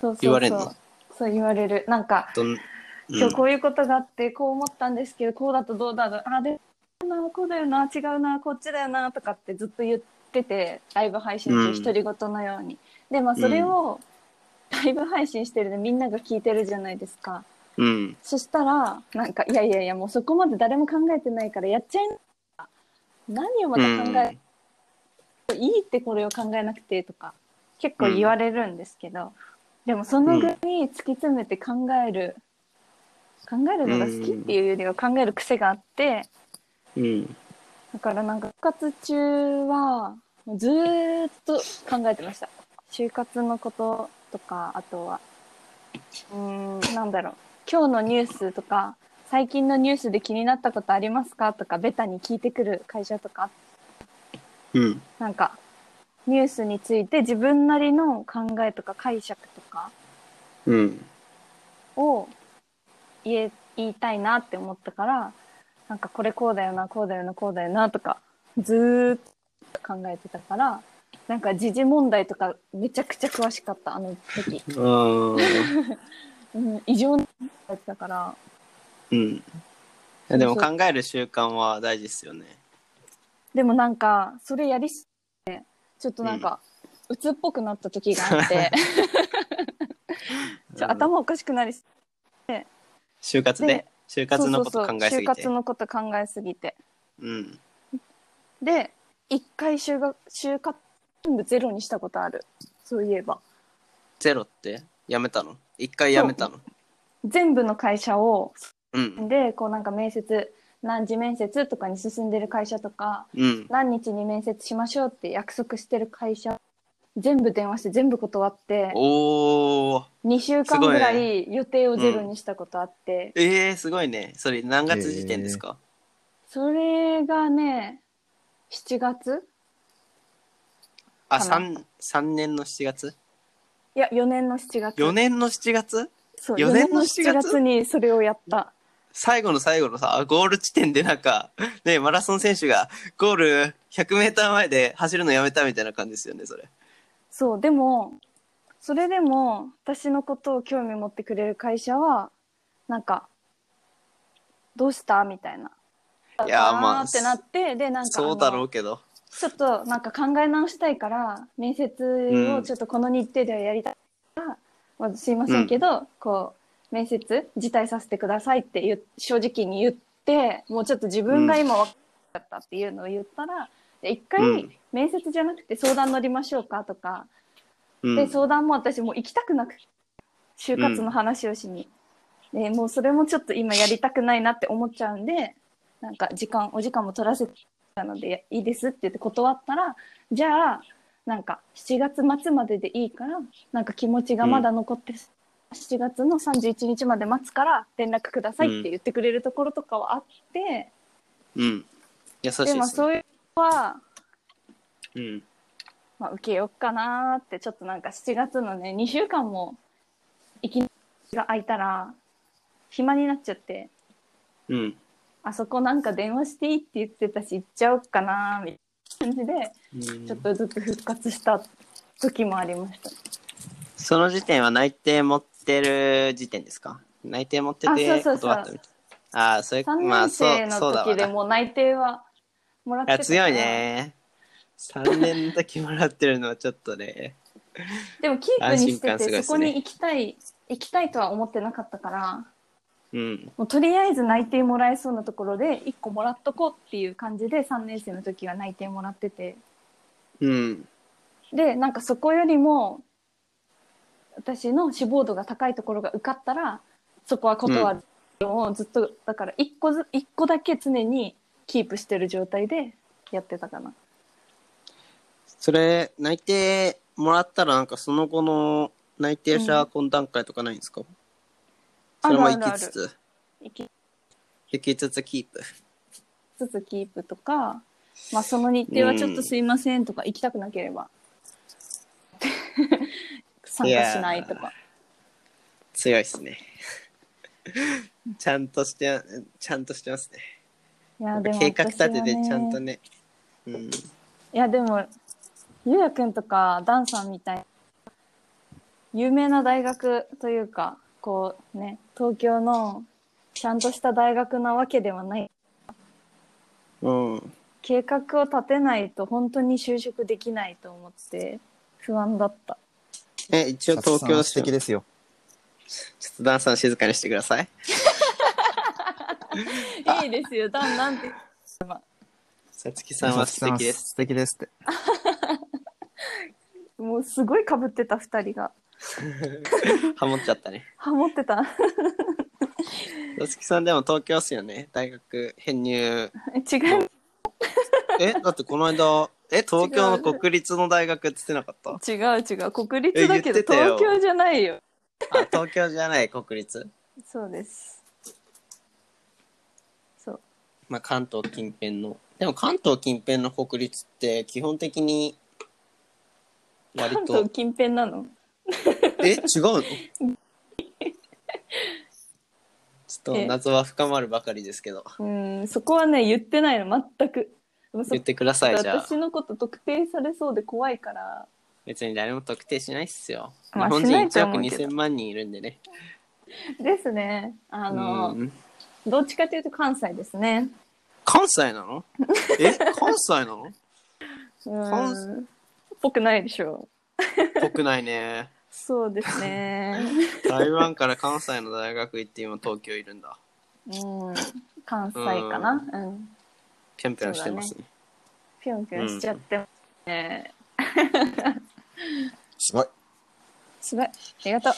S3: そうそうそう。
S1: 言われんの
S3: そう言われる。なんか、
S1: どん、うん
S3: 今日こういうことがあってこう思ったんですけどこうだとどうだろうあでもなこうだよな違うなこっちだよなとかってずっと言っててライブ配信
S1: う
S3: 中
S1: ん
S3: 独り言のように、でまあそれをライブ配信してるでみんなが聞いてるじゃないですか
S1: うん。
S3: そしたらなんかいやいやいやもうそこまで誰も考えてないからやっちゃいな何をまた考え、いいってこれを考えなくてとか結構言われるんですけど、でもそのぐらいに突き詰めて考える、考えるのが好きっていうよりは考える癖があって
S1: うん。うん。
S3: だからなんか就活中はもうずーっと考えてました就活のこととかあとはうーんなんだろう今日のニュースとか最近のニュースで気になったことありますかとかベタに聞いてくる会社とかあって
S1: うん。
S3: なんかニュースについて自分なりの考えとか解釈とか
S1: うん。
S3: を言え言いたいなって思ったからなんかこれこうだよなこうだよなこうだよなとかずーっと考えてたからなんか時事問題とかめちゃくちゃ詳しかったあの時、
S1: うん。
S3: うん、異常なやつだから
S1: うん。でも考える習慣は大事ですよね。
S3: でもなんかそれやりすぎてちょっとなんか、鬱っぽくなった時があって ちょ頭おかしくなり
S1: 就活で
S3: で
S1: 就活のこと考えすぎて。
S3: そうそうそう就活のこと考えすぎて
S1: うん。
S3: で一回就学就活全部ゼロにしたことあるそういえば
S1: ゼロってやめたの一回やめたの
S3: 全部の会社を
S1: うん。
S3: でこうなんか面接何時面接とかに進んでる会社とか
S1: うん。
S3: 何日に面接しましょうって約束してる会社全部電話して全部断って
S1: おー。
S3: 2週間ぐら
S1: すご
S3: い予定をゼロにしたことあって、
S1: えー、すごいね。それ何月時点ですか、
S3: それがね7月
S1: あ、三三年の7月
S3: いや4年の7月
S1: 四年の7月
S3: そう
S1: 四
S3: 4
S1: 年
S3: 年
S1: の
S3: の
S1: 7
S3: 7月にそれをやった。
S1: 最後の最後のさ、ゴール地点でなんか、 ね、マラソン選手がゴール100メーター前で走るのやめたみたいな感じですよね、それ。
S3: そうでもそれでも私のことを興味持ってくれる会社はなんか「どうした?」みたいな。
S1: いやー
S3: だな
S1: まあ
S3: ってなってでなんか
S1: そうだろ
S3: あの
S1: うけど。
S3: ちょっとなんか考え直したいから面接をちょっとこの日程ではやりたいから、まあ、すいませんけど、こう面接辞退させてくださいって言う正直に言ってもうちょっと自分が今分かんなかったっていうのを言ったら、で一
S1: うん
S3: 回面接じゃなくて相談乗りましょうかとか、
S1: うん。
S3: で相談も私もう行きたくなくて就活の話をしに、でもうそれもちょっと今やりたくないなって思っちゃうんでなんか時間お時間も取らせてたのでいいですって言って断ったらじゃあなんか7月末まででいいからなんか気持ちがまだ残って、 7月の31日まで待つから連絡くださいって言ってくれるところとかはあって、
S1: うん。優しい
S3: で
S1: で
S3: も
S1: すね。
S3: そういうのは、
S1: うん。
S3: まあ、受けようかなーってちょっとなんか7月のね2週間もいきなりが空いたら暇になっちゃって
S1: うん。
S3: あそこなんか電話していいって言ってたし行っちゃおうかなーみたいな感じで
S1: うん
S3: ちょっとずつ復活した時もありました。
S1: その時点は内定持ってる時点ですか内定持って
S3: あ
S1: て
S3: そうそうそう
S1: 断ったみたいな。ああ、そういう、
S3: 3
S1: まあ、
S3: 年
S1: そう
S3: 生、の
S1: そうだわ
S3: 時で
S1: な。い
S3: もう内定はもらって
S1: や、
S3: た
S1: 強いね。3年の時もらってるのはちょっとね。
S3: でもキープにし
S1: 安心感
S3: て
S1: すごいです
S3: て、
S1: ね
S3: そこに行きたい行きたいとは思ってなかったから
S1: うん。
S3: もうとりあえず内定もらえそうなところで1個もらっとこうっていう感じで3年生の時は内定もらってて
S1: うん。
S3: でなんかそこよりも私の志望度が高いところが受かったらそこは断るのをずっと、だから1個ず一個だけ常にキープしてる状態でやってたかな。
S1: それ、内定もらったら、なんかその後の内定者懇談会とかないんですか、それも行きつつ、
S3: 行き
S1: 行きつつキープ。
S3: つつキープとか、まあ、その日程はちょっとすいませんとか、行きたくなければ 参加しないとか
S1: 強いっすね。ちゃんとして、ちゃんとしてますね。
S3: い
S1: な
S3: や
S1: ん
S3: で
S1: か
S3: も
S1: 計画立て
S3: 私
S1: て
S3: はね
S1: ちゃんとね。うん。
S3: いやでもゆうやくんとかダンさんみたいな有名な大学というかこうね東京のちゃんとした大学なわけではない
S1: うん。
S3: 計画を立てないと本当に就職できないと思って不安だった
S1: え、一応東京
S4: の
S1: の
S4: 素敵ですよ。
S1: ちょっとダンさん静かにしてください。
S3: いいですよダンなんて
S1: さつきさんは素敵です。
S4: 素敵ですって。
S3: もうすごいかぶってた2人が
S1: ハモっちゃったね。
S3: ハモってた
S1: さつきさんでも東京っすよね。大学編入。
S3: 違う
S1: え、だってこの間、え、東京の国立の大学って言ってなかった
S3: 違う違う国立だけど
S1: え言ってたよ
S3: 東京じゃないよ
S1: あ、東京じゃない国立。
S3: そうですそう
S1: まあ関東近辺の。でも関東近辺の国立って基本的に割
S3: 関
S1: と
S3: 東。近辺なの
S1: え、違う のちょっと
S3: え
S1: 謎は深まるばかりですけど。
S3: うんそこはね言ってないの全くでもそ
S1: 言ってください、じゃあ
S3: 私。のこと特定されそうで怖いから
S1: 別に誰も特定しないっすよ。日
S3: まあ
S1: 本
S3: し
S1: 人
S3: ないと
S1: 1億
S3: 思うけど
S1: 2000万人いるんでね。
S3: ですねあの、
S1: うん
S3: どっちかというと関西ですね
S1: 関西なのえ関西なの
S3: うん
S1: 関
S3: っぽくないでしょう
S1: 国内ね。
S3: そうですね
S1: 台湾から関西の大学行って今東京いるんだ。
S3: うん関西かなうん
S1: ぴょんぴょんしてますね。
S3: ぴょんぴょんしちゃってますね、
S4: すごい。
S3: すごいありがとう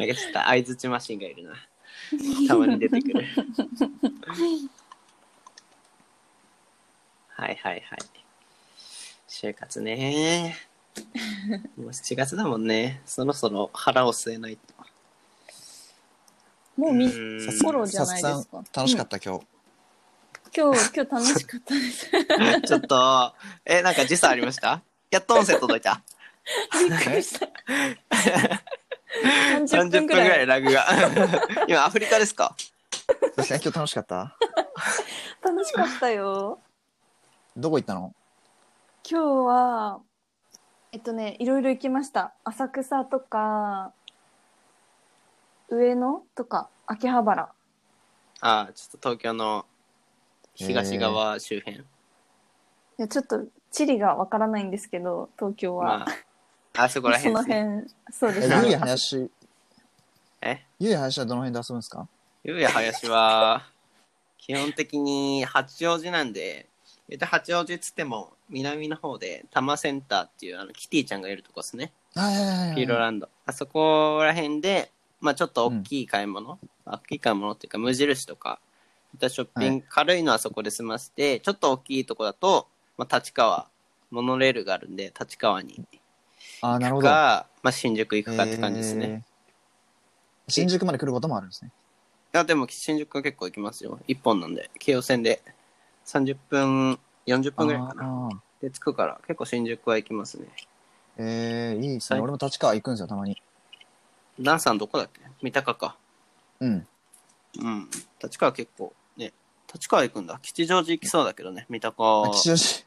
S1: なんかちょっと相づちマシンがいるな。たまに出てくる。はいはいはい。就活ね。もう7月だもんね。そろそろ腹を据えないと。
S3: もうみ
S1: うん
S3: フォローじゃないですか
S4: 楽しかった、今日。
S3: 今日今日楽しかったです
S1: ちょっと、え、なんか時差ありましたやっと音声届いた。
S3: びっくり した30
S1: 30分
S3: 分
S1: ぐ
S3: ぐらい
S1: らいラグが。 今、アフリカですか
S4: そして今日楽しかった
S3: 楽しかったよ
S4: どこ行ったの
S3: 今日はえっとねいろいろ行きました浅草とか上野とか秋葉原
S1: ああ、ちょっと東京の東側周辺。
S3: いやちょっと地理がわからないんですけど東京
S1: ま
S3: は、
S1: あ、あそこら
S3: そ
S1: 辺で
S3: の
S1: す、ね。
S3: 辺そうで
S4: え、
S3: す
S4: ゆうや
S3: あ
S4: 林、
S1: え
S4: ゆうや林はどの辺で遊ぶんですか
S1: ゆうや林は、基本的に八王子なんで、言うて八王子っつっても、南の方で、多摩センターっていう、あの、キティちゃんがいるとこですね。
S4: はいはいはいはい
S1: ピーロランド。あそこら辺で、まあちょっと大きい買い物、大きい買い物っていうか無印とか、いったショッピング、軽いのはそこで済ませて、ちょっと大きいとこだと、まあ立川、モノレールがあるんで、立川に行
S4: あー、なる
S1: く
S4: ほど。
S1: か、まあ新宿行くかって感じですね。
S4: 新宿まで来ることもあるんですね。
S1: いや、でも新宿は結構行きますよ。1本なんで、京王線で30分、40分ぐらいかな。
S4: あー
S1: で、着くから、結構新宿は行きますね。
S4: えー、いいです
S1: はい
S4: ね。俺も立川行くんですよ、たまに。
S1: ダンさんどこだっけ三鷹か。
S4: うん。
S1: うん。立川結構、ね、立川行くんだ。吉祥寺行きそうだけどね、三鷹
S4: あ
S1: は。
S4: 吉祥寺、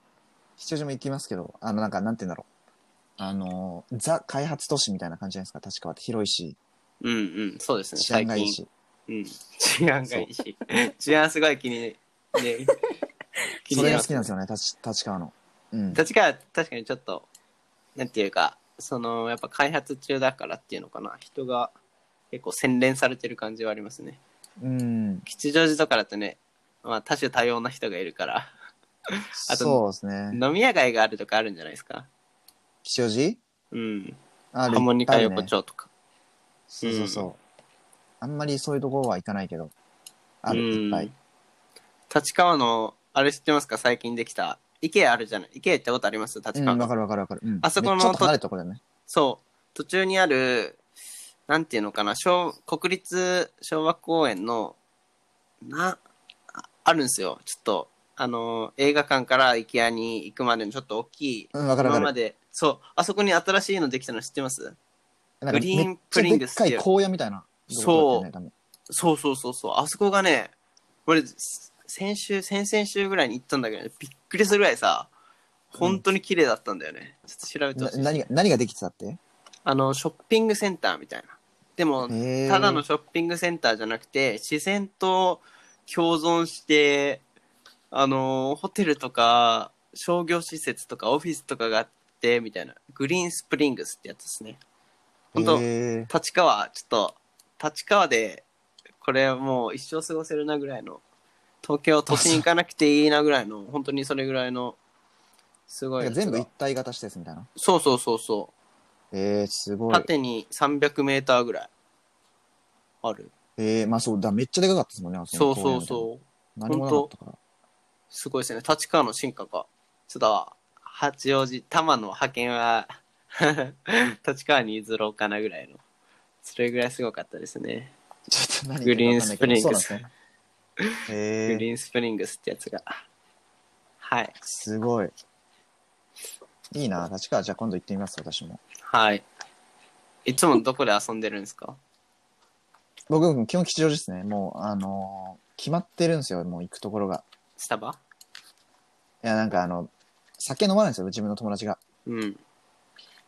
S4: 吉祥寺も行きますけど、あの、なんか、なんて言うんだろう。あの、ザ開発都市みたいな感じじゃないですか、立川って広いし、
S1: うんうん、そうですね、
S4: 治安
S1: 最
S4: がいい
S1: 近。
S4: し。
S1: うん。治安がいいし。治安すごい気 に、ね、気
S4: そ
S1: に
S4: れ
S1: な
S4: が
S1: る
S4: 好きなんですよね、立立川の。うん。
S1: 立川は確かにちょっとなんていうかそのやっぱ開発中だからっていうのかな人が結構洗練されてる感じはありますね
S4: うん。
S1: 吉祥寺とかだとね、まあ、多種多様な人がいるからと
S4: そうですね。
S1: 飲み屋街があるとかあるんじゃないですか
S4: 吉祥寺
S1: うん
S4: あ
S1: ハモニカ横
S4: いっぱいあるね
S1: 丁とか、
S4: そうそうそう。あんまりそういうところは行かないけど、ある、
S1: うん
S4: いっぱい。
S1: 立川のあれ知ってますか最近できた IKEA あるじゃない IKEA 行ったことあります立
S4: うん、
S1: 川、
S4: わかるわかるわかる。うん
S1: あそこの
S4: めっちょっと離れたところだよね。
S1: そう途中にあるなんていうのかな小国立小学公園のなああるんですよちょっとあの映画館から IKEA に行くまでのちょっと大きい
S4: うん、わかるわ
S1: 今
S4: か
S1: ま
S4: る。
S1: でそうあそこに新しいのできたの知ってます
S4: なん
S1: グ
S4: か
S1: リーン
S4: めっちゃ
S1: プリングスって
S4: で
S1: い
S4: っ
S1: う
S4: かい荒野みたいな。
S1: そう
S4: う。多分
S1: そうそうそうそうあそこがね俺先週先々週ぐらいに行ったんだけど、びっくりするぐらいさ本当に綺麗だったんだよね、ちょっと調べてほ
S4: な
S1: しい
S4: 何が、何ができてたって
S1: あのショッピングセンターみたいなでもた
S4: た
S1: だのショッピングセンターじゃなくて、自然と共存して、あのー、ホテルとか、商業施設とか、オフィスとかがあって、みたいな。グリーンスプリングスってやつですね。本当
S4: え
S1: 立川、ちょっと、立川で、これもう一生過ごせるなぐらいの、東京都心行かなくていいなぐらいの、本当にそれぐらいの、すごいやつが。
S4: 全部一体型施設みたいな。
S1: そうそうそうそ
S4: えー、す
S1: う。
S4: ごい。
S1: 縦に300メーターぐらい。ある。
S4: えー、まあそうだ、めっちゃでかかったですもんね、あ
S1: そう
S4: の公
S1: そう
S4: 園み
S1: そう。
S4: たいな何もなかったから。
S1: すごいですね。立川の進化か。ちょっと、八王子、多摩の派遣は、 立川に譲ろうかなぐらいの。それぐらいすごかったですね。
S4: ちょっと何
S1: グリーンスプリングス
S4: そうなんですね。
S1: グ
S4: えー、
S1: リーンスプリングスってやつが。はい。
S4: すごい。いいな、立川、じゃあ今度行ってみます、私も。
S1: はい。いつもどこで遊んでるんですか
S4: 僕、基本吉祥寺ですね。もう、あのー決まってるんですよ、もう行くところが。
S1: スタバ
S4: いや、なんかあの、酒飲まないんですよ、自分の友達が。
S1: うん。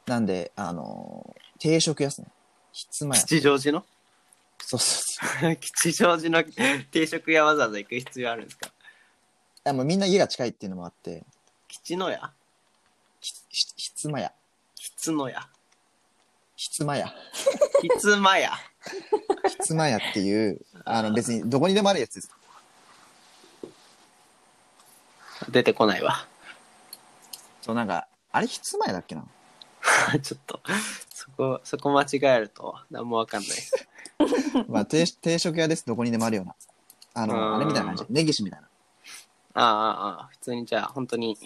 S4: なんで、あのー定食屋っすね。ひつま屋。
S1: 吉祥寺の
S4: そうそうそう。
S1: 吉祥寺の 定食屋わざわざ行く必要あるんですか
S4: あもうみんな家が近いっていうのもあって、
S1: 吉野家
S4: ひ、ひひつま屋。
S1: ひつのや。
S4: ひつま屋。
S1: ひつまや。
S4: ひつま屋っていう、あの、別にどこにでもあるやつです。
S1: 出てこないわ。
S4: そう、なんか、あれひつま屋だっけな
S1: ちょっと、そこ、そこ間違えると、何もわかんないです。
S4: まあ定、定食屋です。どこにでもあるような。あ
S1: うん
S4: の、あれみたいな感じ。根岸みたいな。
S1: ああ、ああ、普通にじゃあ、本当に、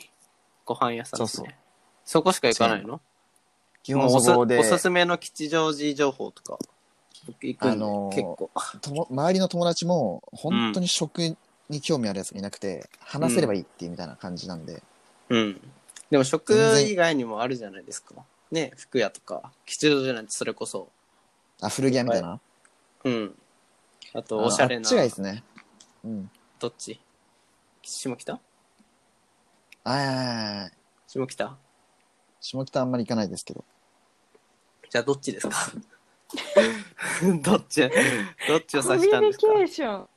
S1: ご飯屋さんです
S4: そうそ
S1: ね。そこしか行かないの
S4: 基
S1: も
S4: 本
S1: うおす
S4: そこで
S1: お、すすめの吉祥寺情報とか、行くんで、
S4: あのー
S1: 結構。
S4: とも周りの友達も、本当に食に興味あるやつがいなくて、話せればいいっていうみたいな感じなんで、
S1: うん。でも食
S4: 全然
S1: 以外にもあるじゃないですか。ね、服屋とか、吉祥寺なんてそれこそ。
S4: あ、古着屋みたいな。
S1: うん。あと、
S4: あの
S1: おしゃれ
S4: あ
S1: な
S4: っち、がいいですね。うん。
S1: どっち下北
S4: はいはいはい。
S1: 下北
S4: 下北あんまり行かないですけど。
S1: じゃあ、どっち ですかどっち、どっちを
S3: コミ
S1: 指した
S3: ュ
S1: んで
S3: ニ
S1: すか
S3: ケーション。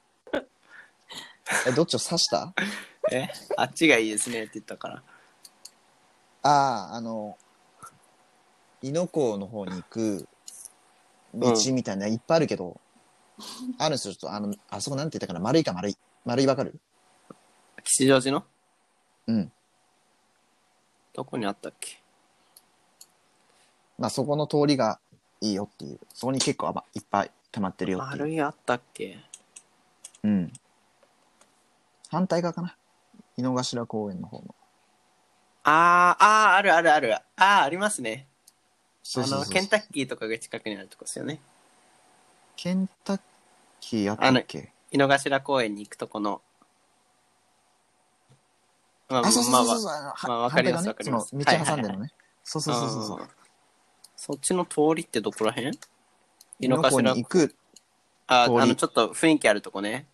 S4: え、どっちを刺したあ
S1: えあっちがいいですねって言ったから。
S4: あー、あの、猪子の方に行く道みたいな、いっぱいあるけど、あるんですよ。ちょっと、あの、あそこなんて言ったかな丸いか丸い。丸いわかる
S1: 吉祥寺の
S4: うん。
S1: どこにあったっけ
S4: まあ、そこの通りがいいよっていう。そこに結構あばいっぱい溜まってるよっていう。
S1: 丸いあったっけ
S4: うん。反対側かな。井の頭公園の方の。
S1: あーあー、あるあるある。ああー、ありますね。
S4: そうそ
S1: あ
S4: うそう
S1: の、ケンタッキーとかが近くにあるとこですよね。
S4: ケンタッキーやったっけ
S1: 井の頭公園に行くとこの。まあ、
S4: あ、そう
S1: ま
S4: そ
S1: あ
S4: う
S1: ま
S4: そう
S1: あ
S4: そう。あのは
S1: まあわかります
S4: 反対側ね
S1: わかります
S4: その道挟んでるのね。そうそうそうそうそう
S1: あ。ーそっちの頭りってどこらへん
S4: 井の子に行く、
S1: あ
S4: 通り
S1: あのちょっと雰囲気あるとこね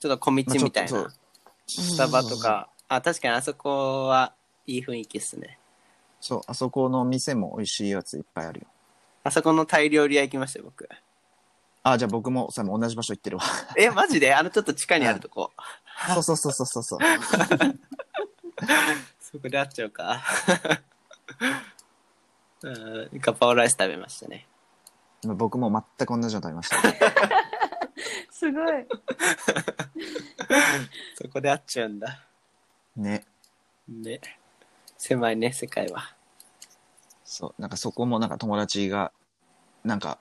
S1: ちょっと小道
S4: まあちょっ
S1: み
S4: と
S1: たい
S4: そ
S1: な、
S4: う
S1: スタバとかあ確かにあそこはいい雰囲気っすね
S4: そう、あそこの店も美味しいやついっぱいあるよ。
S1: あそこのタイ料理屋行きましたよ僕
S4: あ、じゃあ僕もさ、もう同じ場所行ってる わ。
S1: えマ ジであのちょっと地下にあるとこ、
S4: そうそうそうそうそうそう。
S1: そこで会っちゃうか うんガパオライス食べましたね
S4: まあ僕も全く同じの食べました。
S3: すごい。
S1: そこで会っちゃうんだ
S4: ね。
S1: ね狭いね世界は
S4: そう、なんかそこもなんか友達が、なんか、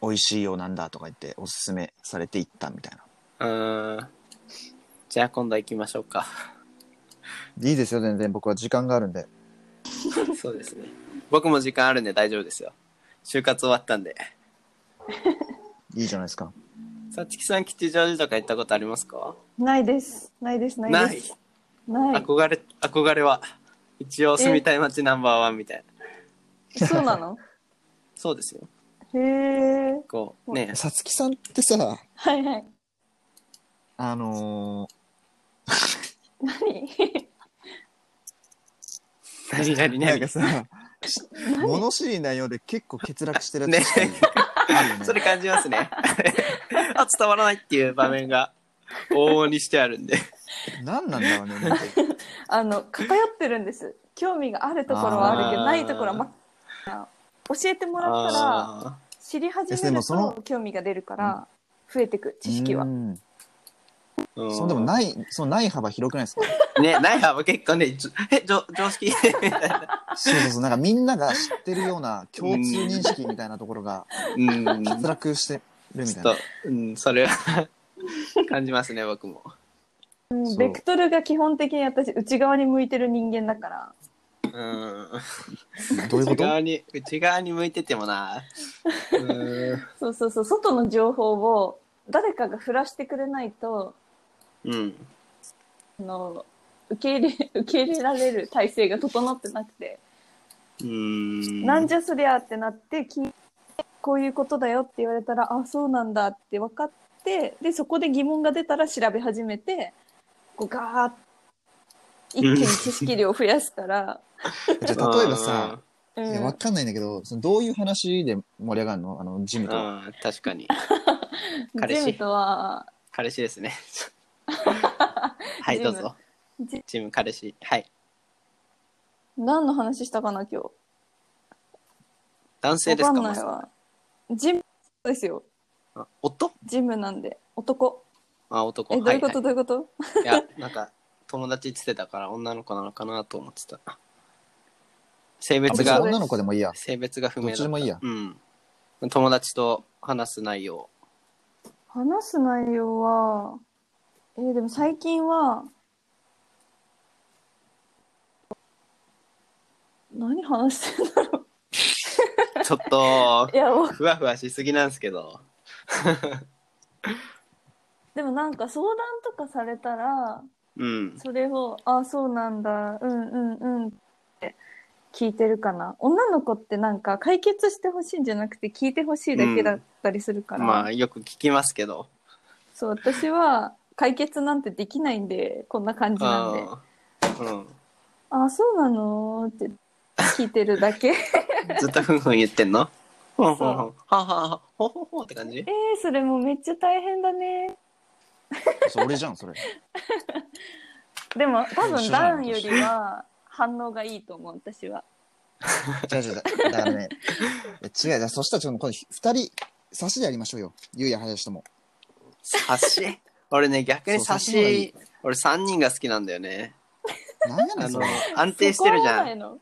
S4: 美味しいようなんだとか言っておすすめされて行ったみたいな。
S1: うんじゃあ今度行きましょう か
S4: いいですよ、全然。僕は時間があるんで。
S1: そうですね僕も時間あるんで大丈夫ですよ就活終わったんで
S4: いいじゃないですか。
S1: さつきさん吉祥寺とか行ったことありますか
S3: ないです。ないです。ないです。ない。
S1: 憧れ憧れは一応住みたい街ナンバーワンみたいな
S3: そうなの
S1: そうですよ
S3: へえ。
S1: こうね
S4: さつきさんってさ、
S3: はいはい。
S4: あの
S3: 何
S1: 何々
S4: ー、なん
S1: 何
S4: か
S1: 々
S4: さ、物知りなようで結構欠落してるやつ
S1: ね
S4: あるよね。
S1: それ感じます ねあ伝わらないっていう場面が往々にしてあるんで
S4: 何なんだろうね。なんか
S3: あの、偏ってるんです。興味があるところはあるけ
S1: あ
S3: ど、
S1: ー
S3: ないところは、ま、教えてもらったら、
S1: あ
S3: 知り始
S4: いや
S3: め
S4: でも
S3: る
S4: その
S3: と興味が出るから、増えてく、知識は。
S4: うん
S1: ーうん
S4: そうでもない、そのない幅広くないですか
S1: ねない幅結構ねじょえ常常識みたいな
S4: そうそうそう、なんかみんなが知ってるような共通認識みたいなところが
S1: うん
S4: 脱落してるみ
S1: ちょ
S4: た
S1: っ
S4: いな
S1: と。、うん、それは 感じますね、僕も。
S3: うん
S4: そう
S3: ベクトルが基本的に私、内側に向いてる人間だから。
S1: うん。
S4: どういうこ
S1: 内
S4: と
S1: 側に、内側に向いててもな。うん。
S3: そうそうそう、外の情報を誰かが振らしてくれないと、
S1: うん。
S3: あの受け入れ、受け入れられる体制が整ってなくて、
S1: うん。
S3: なんじゃそりゃってなって、聞いてこういうことだよって言われたら、あ、そうなんだって分かって、で、そこで疑問が出たら調べ始めて、こうガーッ一気に知識量を増や すから、
S4: じゃあ例えばさ、
S3: う
S4: いやわ
S3: ん、
S4: かんないんだけど、そのどういう話で盛り上がるのあの、ジ
S1: う
S4: ム
S1: ん、
S4: と。あ
S1: うん確かに。彼氏
S3: ジムとは、
S1: 彼氏 ですね。はい、どうぞ。
S3: ジ
S1: チーム彼氏。はい。
S3: 何の話したかな今日。
S1: 男性
S3: わ
S1: で
S3: か
S1: す
S3: ん
S1: か
S3: ないわ。ジムですよ。
S1: まあ夫
S3: ジムなんで。男。
S1: あ、男。
S3: え、どういうこと、
S1: は
S3: どういうこと
S1: いはい、いや、なんか、友達って言ってたから女の子なのかなと思ってた。性別
S4: 別
S1: が
S4: に、女の子でもいいや。
S1: 性別が不明
S4: どっちでもいいや
S1: うん。友達と話す内 容。
S3: 話す内容は、えーでも最近は、何話してんだろ
S1: ちょっと
S3: う。い、や、もう
S1: ふわふわしすぎなんですけど。
S3: でもなんか相談とかされたら、
S1: うん。
S3: それを、あ、そうなんだ、うんうんうんって聞いてるかな。女の子ってなんか解決してほしいんじゃなくて聞いてほしいだけだったりするから、
S1: まあ、よく聞きますけど。
S3: そう、私は解決なんてできないんで、こんな感じなんで。
S1: うん。
S3: あ、そうなのって聞いてるだけ。
S1: ずっとふんふん言ってん のほんほんほ
S3: そ
S1: ん。はははほほほって感じ
S3: えー、それもめっちゃ大変だね。
S4: そう俺じゃん、それ。
S3: でも多
S4: 一緒
S3: 分
S4: だな
S3: ダンよりは反応がいいと思う、私は。
S4: 違う違う。だだからね。いや違う。だからそしたらちょっと今度二人、差しでやりましょうよ。ゆうや林とも。
S1: 差し。俺ね、逆に差
S4: そう差しの方がい
S1: し
S4: い、
S1: 俺3人が好きなんだよね。
S4: なんやね
S1: あ
S4: ん、そ
S1: の
S4: れ。、
S1: 安定してるじゃ
S3: そこはない
S1: ん。
S3: の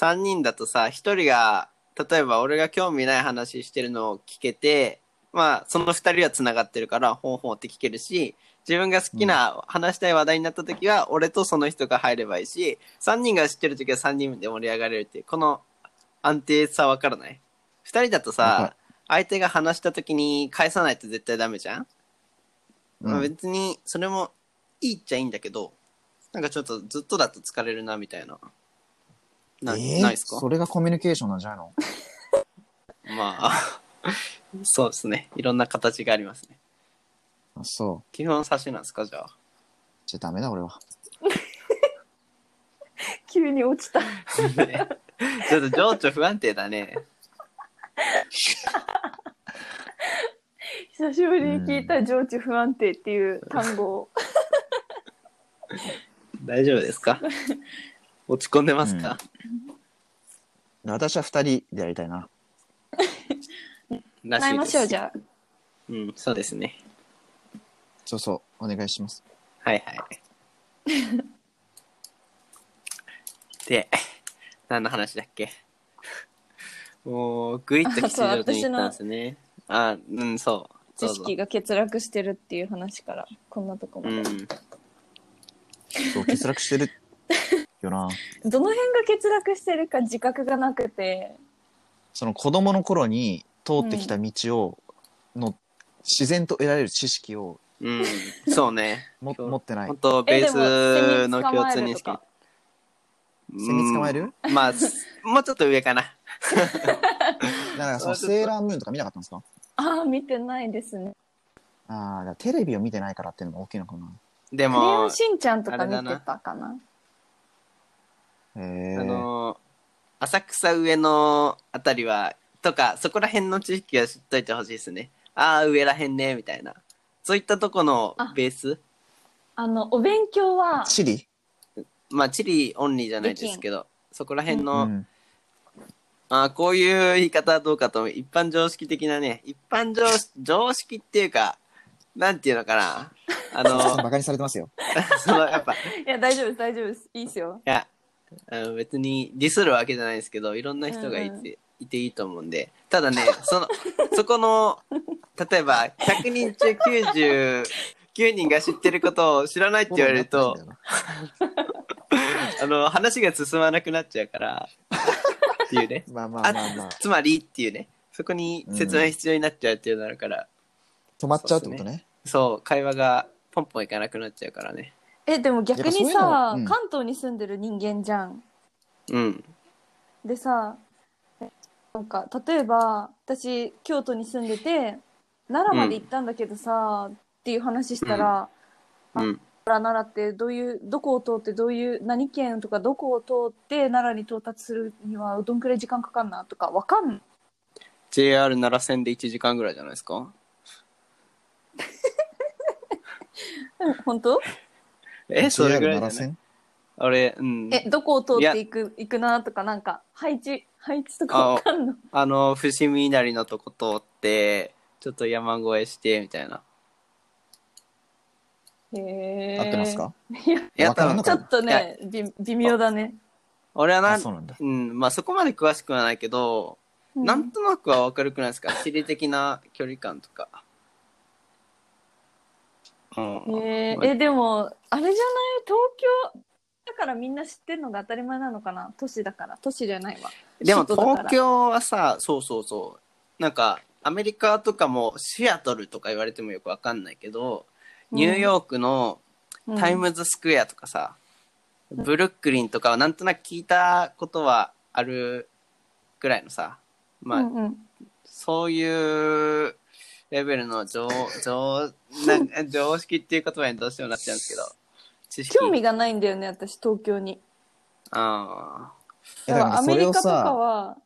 S1: 3人だとさ、1人が、例えば俺が興味ない話してるのを聞けて、まあ、その2人は繋がってるから、ほんほんって聞けるし、自分が好きな話したい話題になった時は、俺とその人が入ればいいし、3人が知ってる時は3人で盛り上がれるっていう、この安定さわからない ?2 人だと
S4: わか
S1: さ、相手が話した時に返さないと絶対ダメじゃん、まあ、
S4: うん
S1: 別にそれもいいっちゃいいんだけどなんかちょっとずっとだと疲れるなみたいなな,、
S4: えー
S1: ないですか
S4: それがコミュニケーションなんじゃないの
S1: まあそうですねいろんな形がありますね
S4: あそう。
S1: 基本差しなんですかじゃあ
S4: じゃあダメだ俺は。
S5: 急に落ちた。
S1: ねちょっと情緒不安定だね
S5: 久しぶりに聞いた情緒不安定っていう単語を。
S1: 大丈夫ですか落ち込んでますか、
S4: 私は二人でやりたいな。
S1: ら
S3: 習いましょう、じ
S1: ゃ
S3: ゃあ。
S1: うんそうですね
S4: そうそう。お願いします。
S1: はいはい。で、何の話だっけもう、ぐいっと吉祥寺に行ったんですね。あ、うん、そう。
S3: 知
S1: どうぞ
S3: 識が欠落してるっていう話から、こんなとこま
S1: う
S3: で。
S1: ん。
S4: そう、欠落してるよな。
S3: どの辺が欠落してるか自覚がなくて、
S4: その子供の頃に通ってきた道を、の自然と得られる知識を
S1: うん、そうね。
S4: も
S1: そう
S4: 持ってない
S1: 本。当ベ
S3: え
S1: ー
S3: でもセ
S1: ス
S3: ミ
S1: の
S3: 捕
S1: 共
S3: まえ
S1: 通
S3: る
S1: 認
S3: と
S1: 識
S3: か。
S1: うん
S4: セミ捕まえる
S1: まあ、すもうちょっと上かな。
S4: だからそのセーラームーンとか見なかったんですか
S3: ああ、見てないですね。
S4: ああ、だからテレビを見てないからっていうのも大きいのかな。
S1: で
S3: クレヨ
S1: も
S3: ン、しんちゃんと
S1: あれ
S3: か見
S1: だ
S3: て
S1: な
S3: たかな。
S4: へ
S1: あ
S4: え。
S1: の浅草上のあたりはとかそこら辺の知識は知っといてほしいですねああ上ら辺ねみたいなそういったとこのベース
S3: あの、お勉強は、
S4: チリ
S1: まあ地理オンリーじゃないですけどそこら辺
S4: う
S1: の、
S4: ん。
S1: あーこういう言い方はどうかと一般常識的なね一般常識常識っていうかなんていうのかなあ
S4: バ
S1: の
S4: カにされてますよ。
S1: そのやっぱい
S3: いや、大丈夫です、大丈夫です。いいですよ。
S1: やあの別にディスるわけじゃないですけどいろんな人がいて,、
S3: うんうん
S1: いていいと思うんでただねその そこの例えば100人中99人が知ってることを知らないって 言われるとあの話が進まなくなっちゃうからっていうね
S4: まあまあ
S1: あ
S4: まあまあ。
S1: つまりっていうねそこに説明必要になっちゃうっていうのがあるから、
S4: 止まっちゃうってことね。
S1: そう会話がポンポンいかなくなっちゃうからね
S3: え、でも逆に
S4: やっぱ
S3: さ
S4: そういうのうん
S3: 関東に住んでる人間じゃん。
S1: うん
S3: でさ、なんか、例えば、私、京都に住んでて、奈良まで行ったんだけどさ、っていう話したら、
S1: うん
S3: 奈良奈良ってどういう、どこを通って、どういう、何県とか、どこを通って、奈良に到達するには、どんくらい時間かかんなとか、わかんない。
S1: JR 奈良線で1時間ぐらいじゃないですか
S3: 本当
S1: えそれぐらいじゃな
S4: JR
S1: い
S4: 奈
S1: あれうん
S3: え、どこを通っていく、行くなとか、なんか、配置、配置とかわかんの
S1: あの伏見稲荷のとこ通ってちょっと山越えしてみたいな
S3: へ
S4: 良
S3: え。
S4: 線合ってますか
S1: いや
S4: わからん
S1: 多分
S4: の
S3: ちょっとね、び微妙だね。
S1: 俺はな
S4: あ、
S1: ん
S4: そう
S1: う
S4: なんだ。
S1: んまあそこまで詳しくはないけど、
S3: うん
S1: なんとなくは分かるくないですか地理的な距離感と かうん
S3: え
S1: ま
S3: ー、
S1: あ
S3: えでもあれじゃない東京だからみんな知ってるのが当たり前なのかな都市だから都市じゃないわ
S1: でも
S3: 首都だから
S1: 東京はさそうそうそうなんかアメリカとかもシアトルとか言われてもよく分かんないけどニューヨークの
S3: うん
S1: タイムズスクエアとかさ、ブルックリンとかはなんとなく聞いたことはあるぐらいのさ、まあ、
S3: うんうん
S1: そういうレベルの 常常なんか常識っていう言葉にどうしてもなっちゃうんですけど、知識。
S3: 興味がないんだよね私東京に
S1: あ
S4: え
S3: だ
S4: だ
S3: か
S4: からら
S3: アメ
S4: そ
S3: リカ
S4: れを
S3: とか
S4: さ、
S3: は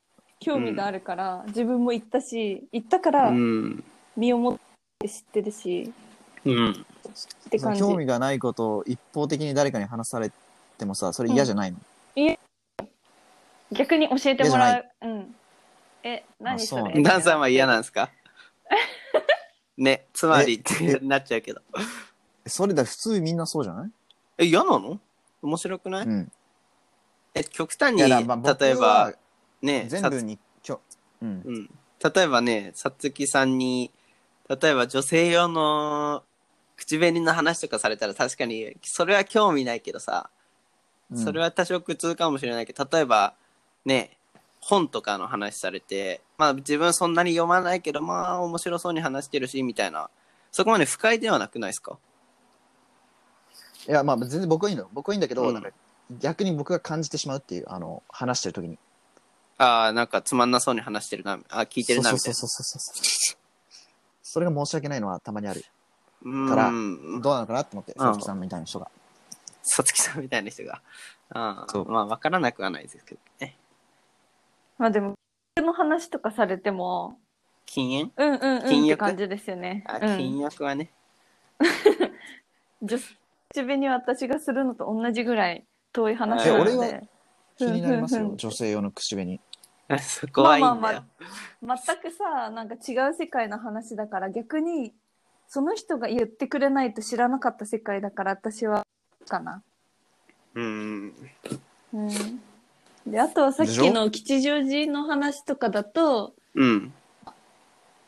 S3: 興味があるから、自分も行ったし行ったか
S1: あ。
S3: ら
S1: うん。
S3: 身をもって知ってるし、
S1: うん。
S3: って感じ
S4: 興味がないことを一方的に誰かに話されてもさ、それ嫌じゃないの
S3: 逆に教えてもらううんえ何そ
S4: そう
S3: れ
S1: ダンさんは嫌なんです かね、つまりってなっちゃうけど。
S4: それだ、普通みんなそうじゃない
S1: え、嫌なの面白くない、
S4: うん。
S1: え、極端
S4: い
S1: に、例
S4: だからまあ
S1: え
S4: 僕は
S1: ば、ね、
S4: 全
S1: さ
S4: 部に、きょ、うん。
S1: うん、例えばねさつきさんに例えば女性用の口紅の話とかされたら確かにそれは興味ないけどさ、
S4: うん
S1: それは多少苦痛かもしれないけど例えばね本とかの話されて、まあ自分そんなに読まないけど、まあ面白そうに話してるし、みたいな。そこまで不快ではなくないですか
S4: いや、まあ全然僕はいいのよ。僕はいいんだけど、
S1: うん
S4: なんか逆に僕が感じてしまうっていう、あの、話してる時に。
S1: ああ、なんかつまんなそうに話してるな、あ聞いてるな、みた
S4: そ
S1: いうな。
S4: そうそうそうそうそう。それが申し訳ないのはたまにある。
S1: う
S4: から
S1: ん。
S4: どうなのかなと思って、
S1: うん
S4: 佐々木さんみたいな人が。
S1: さつきさんみたいな人が。ああ
S4: そう
S1: まあ分からなくはないですけどね。
S3: まあでも、人の話とかされても、
S1: 禁煙
S3: うんうんうん
S1: 禁
S3: っ
S1: 欲
S3: て感じですよね。
S1: あ、
S3: うん
S1: 禁欲はね。
S3: 女子紅に私がするのと同じぐらい遠い話
S1: い
S3: な
S1: や
S3: ので。
S1: 俺
S4: は気になりますよ、女性用の口紅。
S1: そこはいいんだよ。
S3: まあまあ全くさなんか違う世界の話だから逆にその人が言ってくれないと知らなかった世界だから私はかな。
S1: うん。
S3: うん、であとはさっ
S4: でし
S3: き
S4: ょ
S3: の吉祥寺の話とかだと
S1: うん。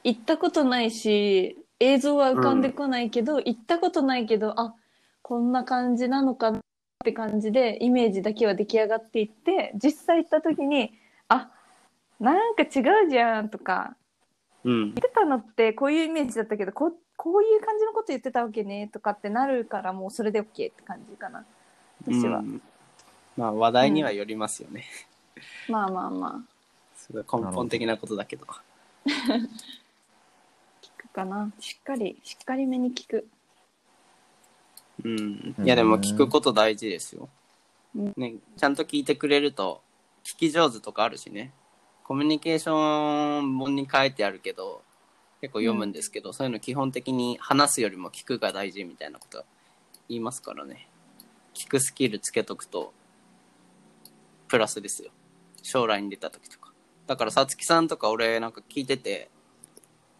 S3: 行ったことないし映像は浮かんでこないけど、行ったことないけどあこんな感じなのかなって感じでイメージだけは出来上がっていって実際行った時にあなんか違うじゃんとか
S1: うん。
S3: 言ってたのってこういうイメージだったけどここういう感じのこと言ってたわけねとかってなるからもうそれで OK って感じかな私は、
S1: うんまあ話題にはよりますよね。
S3: まあまあまあ
S1: すごい根本的なことだけど。
S3: 聞くかなしっかりしっかりめに聞く
S1: うん。いやでも聞くこと大事ですよ
S3: うん。
S1: ね、ちゃんと聞いてくれると、聞き上手とかあるしね。コミュニケーション本に書いてあるけど、結構読むんですけど、そういうの基本的に話すよりも聞くが大事みたいなこと言いますからね。聞くスキルつけとくと、プラスですよ。将来に出た時とか。だから、さつきさんとか俺なんか聞いてて、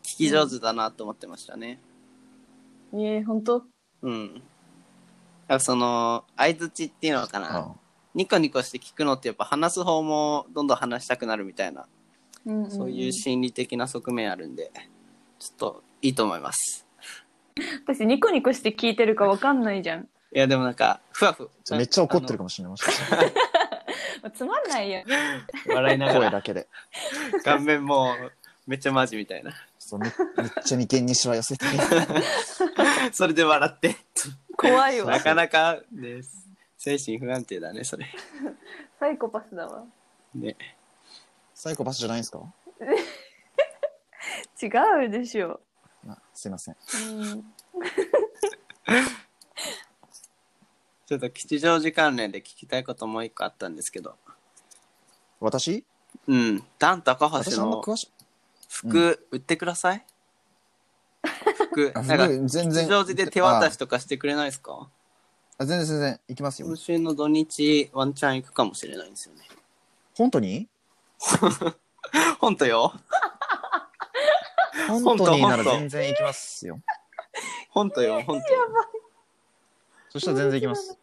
S1: 聞き上手だなと思ってましたね。
S3: ええ本当
S1: うん。だからその、相づちっていうのかな。ニコニコして聞くのってやっぱ話す方もどんどん話したくなるみたいな、
S3: うんん
S1: そういう心理的な側面あるんで、ちょっといいと思います。
S3: 私ニコニコして聞いてるかわかんないじゃん
S1: いや、でもなんか、ふわふ
S4: うんめっちゃ怒ってる
S1: か
S4: かもしれない。もしかした
S3: つまんないよ
S1: も。笑いな
S4: ら
S1: が
S4: 声
S1: ら、
S4: だけで。
S1: 顔面もう、めっちゃマジみたいな。
S4: そうめ めっちゃ眉間にしわ寄せて。
S1: それで笑って。
S3: 怖いわ
S1: なかなかです。精神不安定だね、それ。
S3: サイコパスだわ
S1: ね。
S4: サイコパスじゃないんですか
S3: 違うでしょ
S4: あすいません。
S3: うん
S1: ちょっと吉祥寺関連で聞きたいこともう一個あったんですけど。
S4: 私
S1: うん。ダン高橋
S4: 私あんま
S1: の
S4: 詳しい。
S1: 服売ってください、服
S4: あ
S1: なんか
S4: 全然。
S1: 吉祥寺で手渡しとかしてくれないですか
S4: あ。あ全然全然。行きますよ
S1: 今。週の土日ワンチャン行くかもしれないんですよね
S4: 本当に
S1: 本当よ
S4: 本当にな
S1: 本
S4: ら
S1: 当
S4: 全然行きますよ。
S1: 本当よ本当よ
S4: そしたら全然行きます。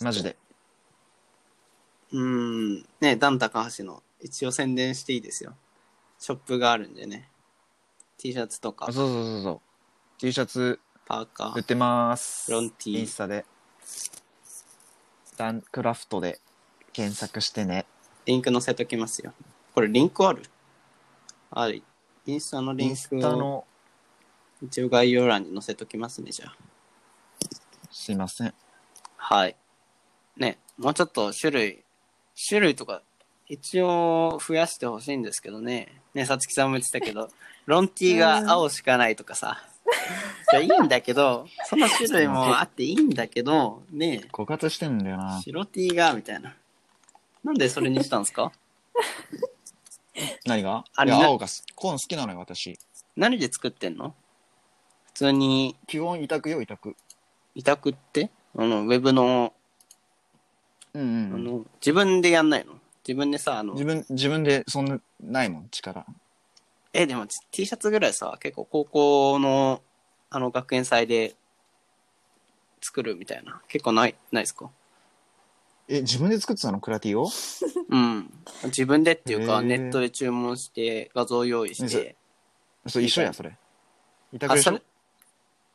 S4: マジで。
S1: うーんねダン高橋の一応宣伝していいですよショップがあるんでね T シャツと
S4: あ
S1: か
S4: そうそうそうそう。T シャツ
S1: パーカ
S4: 売っ
S1: ー
S4: てます。
S1: フロンティー
S4: インスタで。ダンクラフトで検索してね。
S1: リンク載せときますよこれリンクあるあるインスタのリ
S4: イン
S1: ン
S4: ス
S1: ク
S4: タ
S1: を
S4: の、
S1: 一応概要欄に載せときますねじゃあ
S4: すいません。
S1: はい。ね、もうちょっと種類、種類とか、一応増やしてほしいんですけどね。ね、さつきさんも言ってたけど、ロンティーが青しかないとかさ。いやいいんだけど、その種類もあっていいんだけど、ね、
S4: 枯渇してんだよな。
S1: 白 T が、みたいな。なんでそれにしたんですか
S4: 何が
S1: あ
S4: い
S1: れ
S4: や
S1: な
S4: 青がすこういうの好きなのよ、私。
S1: 何で作ってんの普通に、
S4: 基本委託よ、委託。
S1: 委託ってあの、ウェブの、
S4: うん
S1: あ
S4: うん。
S1: の、自分でやんないの自分でさ、あの、
S4: 自分、自分でそんな、ないもん、力。
S1: え、でも T シャツぐらいさ、結構高校の、あの、学園祭で作るみたいな。結構ない、ないですか
S4: え、自分で作ってたのクラティを
S1: うん。自分でっていうか、
S4: へー
S1: ネットで注文して、画像用意し
S4: ね
S1: て。
S4: そう、一緒や、それ。委託
S1: あ、
S4: でし
S1: そ
S4: ょ
S1: れ、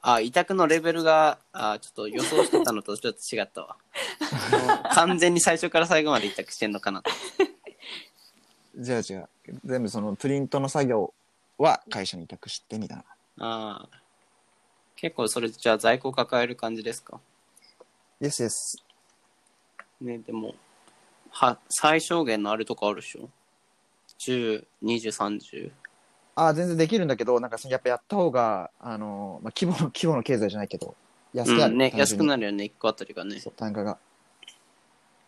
S1: あ、委託のレベルが、あ、ちょっと予想してた のとちょっと違ったわ。もう完全に最初から最後まで委託してんのかなと。
S4: じゃあ違う。全部そのプリントの作業は会社に委託してみたいな。
S1: あー結構それじゃあ在庫抱える感じですか
S4: イエスイエス。
S1: ね、でも、は、最小限のあれとかあるでしょ ?10、20、30。
S4: あー全然できるんだけど、なんかそのやっぱやった方が、あのーまあ、規模 の、規模の経済じゃないけど、安くな
S1: う
S4: る。
S1: ん、ね、
S4: 単
S1: 安
S4: 純
S1: く
S4: に
S1: なるよね、1個あたりがね。
S4: そう、単価が。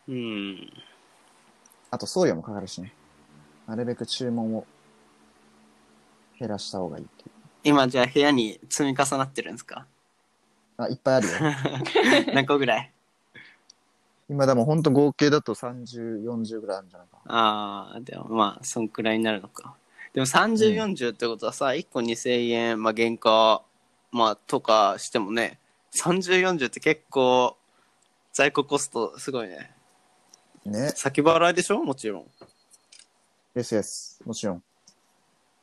S1: うん。
S4: あと送料もかかるしね。なるべく注文を減らした方がいいっていう。
S1: 今じゃあ部屋に積み重なってるんです か
S4: あ、いっ ぱいあるよ。
S1: 何個ぐらい
S4: 今でも本当合計だと30、40ぐらいあるんじゃないかな。
S1: ああ、でもまあ、そんくらいになるのか。でも30、
S4: う
S1: 40ってことはさ、1個2000円、まあ、原価、まあ、とかしてもね、30、40って結構、在庫コストすごいね。
S4: ね。
S1: 先払いでしょもちろん。
S4: ですです。もちろん。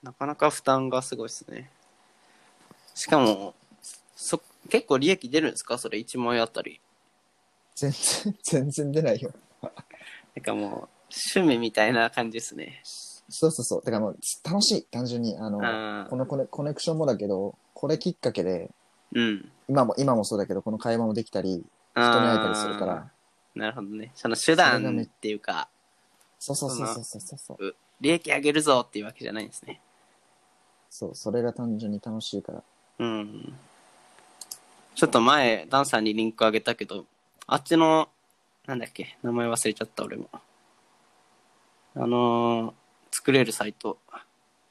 S1: なかなか負担がすごいですね。しかも、そ、結構利益出るんですかそれ1万円あたり。
S4: 全然、全然出ないよ。
S1: なんかもう、趣味みたいな感じですね。
S4: そうそうそう。だからもう、楽しい。単純に。あの、
S1: あー
S4: このコネコネクションもだけど、これきっかけで、
S1: うん。
S4: 今も、今もそうだけど、この会話もできたり、
S1: 人
S4: 人に会えたりするから。。
S1: なるほどね。その手
S4: それが
S1: 段
S4: め
S1: っていうか、
S4: そうそうそうそうそうそう。
S1: 利益上げるぞっていうわけじゃないんですね。
S4: そう、それが単純に楽しいから。
S1: うん。ちょっと前、ダンさんにリンクあげたけど、あっちの、なんだっけ、名前忘れちゃった俺も。あのー作れるサイト。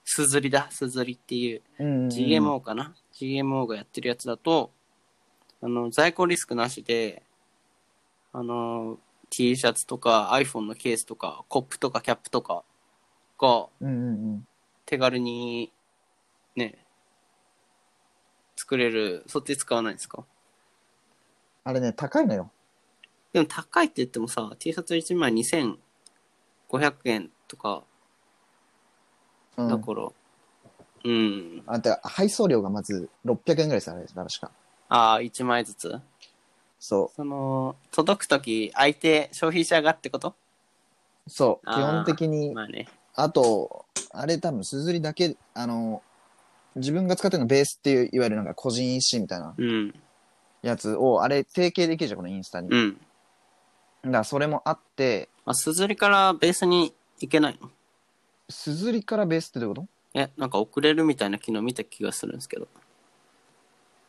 S1: すずりだ、すずりっていう。
S4: うん。
S1: GMO かな ?GMO がやってるやつだと、あの、在庫リスクなしで、あの、T シャツとか iPhone のケースとか、コップとかキャップとかが
S4: うんうんうん。
S1: 手軽に、ね、作れる、そっち使わないんですか
S4: あれね、高いのよ。
S1: でも高いって言ってもさ、T シャツ1枚2500円とか
S4: う
S1: だ
S4: ん。
S1: から、うん。
S4: あんた、配送料がまず600円ぐらいさ、あれ、確か。
S1: ああ、1枚ずつ
S4: そ
S1: その、届くとき、相手、消費者がってこと
S4: う。そう。
S1: あ
S4: 基
S1: ー
S4: 本的に、
S1: まあね。
S4: あと、あれ多分、すずりだけ、あの、自分が使ってるのベースっていう、いわゆるなんか個人 EC みたいな
S1: うん。
S4: やつを、あれ、提携できるじゃん、このインスタに。
S1: う
S4: だ
S1: ん。
S4: から、それもあって、
S1: あ、すずりからベースに行けないの
S4: すずりからベースってどういうこと
S1: え、なんか遅れるみたいな機能見た気がするんですけど。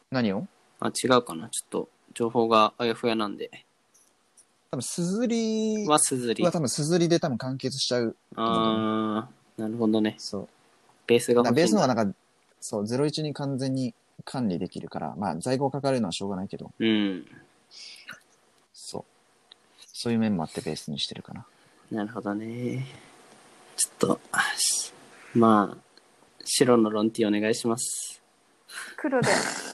S4: 何を
S1: あ、違うかなちょっと、情報があやふやなんで。
S4: 多分、すずり
S1: はすずり。
S4: は
S1: あ
S4: 多分、すずりで多分完結しちゃう。
S1: あー、なるほどね。
S4: そう。
S1: ベースが
S4: な
S1: 欲しいんだ
S4: ベースのはなんか、そう、01に完全に管理できるから、まあ、在庫かかるのはしょうがないけど、
S1: うん。
S4: そう。そういう面もあってベースにしてるかな。
S1: なるほどね。ちょっと、あしまあ、白のロンティーお願いします。
S3: 黒で、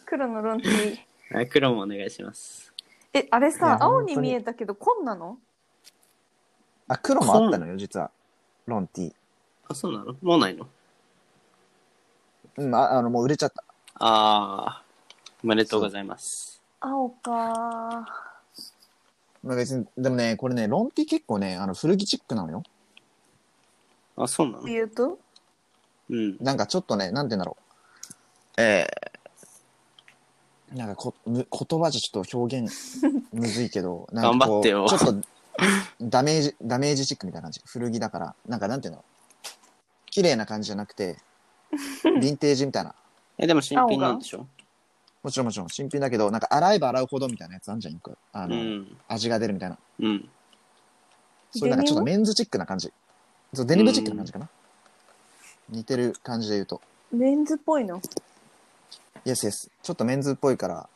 S3: 黒のロンティー。
S1: あ黒もお願いします。
S3: え、あれ
S4: いや
S3: さ、青
S4: 本
S3: に
S4: 当に
S3: 見えたけど、紺なの
S4: あ、黒もあったのよ、実は。ロンティ。
S1: あ、そうなのもうないの
S4: うん、ああの、もう売れちゃった。
S1: ああ、おめでとうございます。
S3: 青か
S4: まあ別に、でもね、これね、ロンティ結構ね、あの、古着チックなのよ。
S1: あ、そうな
S3: ー。
S1: の
S3: 言うと
S1: うん。
S4: なんかちょっとね、なんて言うんだろう。ええなんかこ、む言葉じゃちょっと表現むずい けど、なんかこ
S1: 頑張
S4: う
S1: ってよ
S4: ちょっとダメージ、ダメージチックみたいな感じ。古着だから、なんかなんて言うんだろう。綺麗な感じじゃなく て、ヴィンテージみたいな。
S1: え、でも新品なんでしょ
S4: もちろんもちろん新品だけど、なんか洗えば洗うほどみたいなやつあんじゃん、よく。あ
S1: う
S4: の、
S1: ん。
S4: 味が出るみたいな。
S1: うん。
S4: そういうなんかちょっとメンズチックな感じ。そう、デニムチックな感じかな。似てる感じで言うと。
S3: メンズっぽいの。
S4: イエスイエス。ちょっとメンズっぽいから、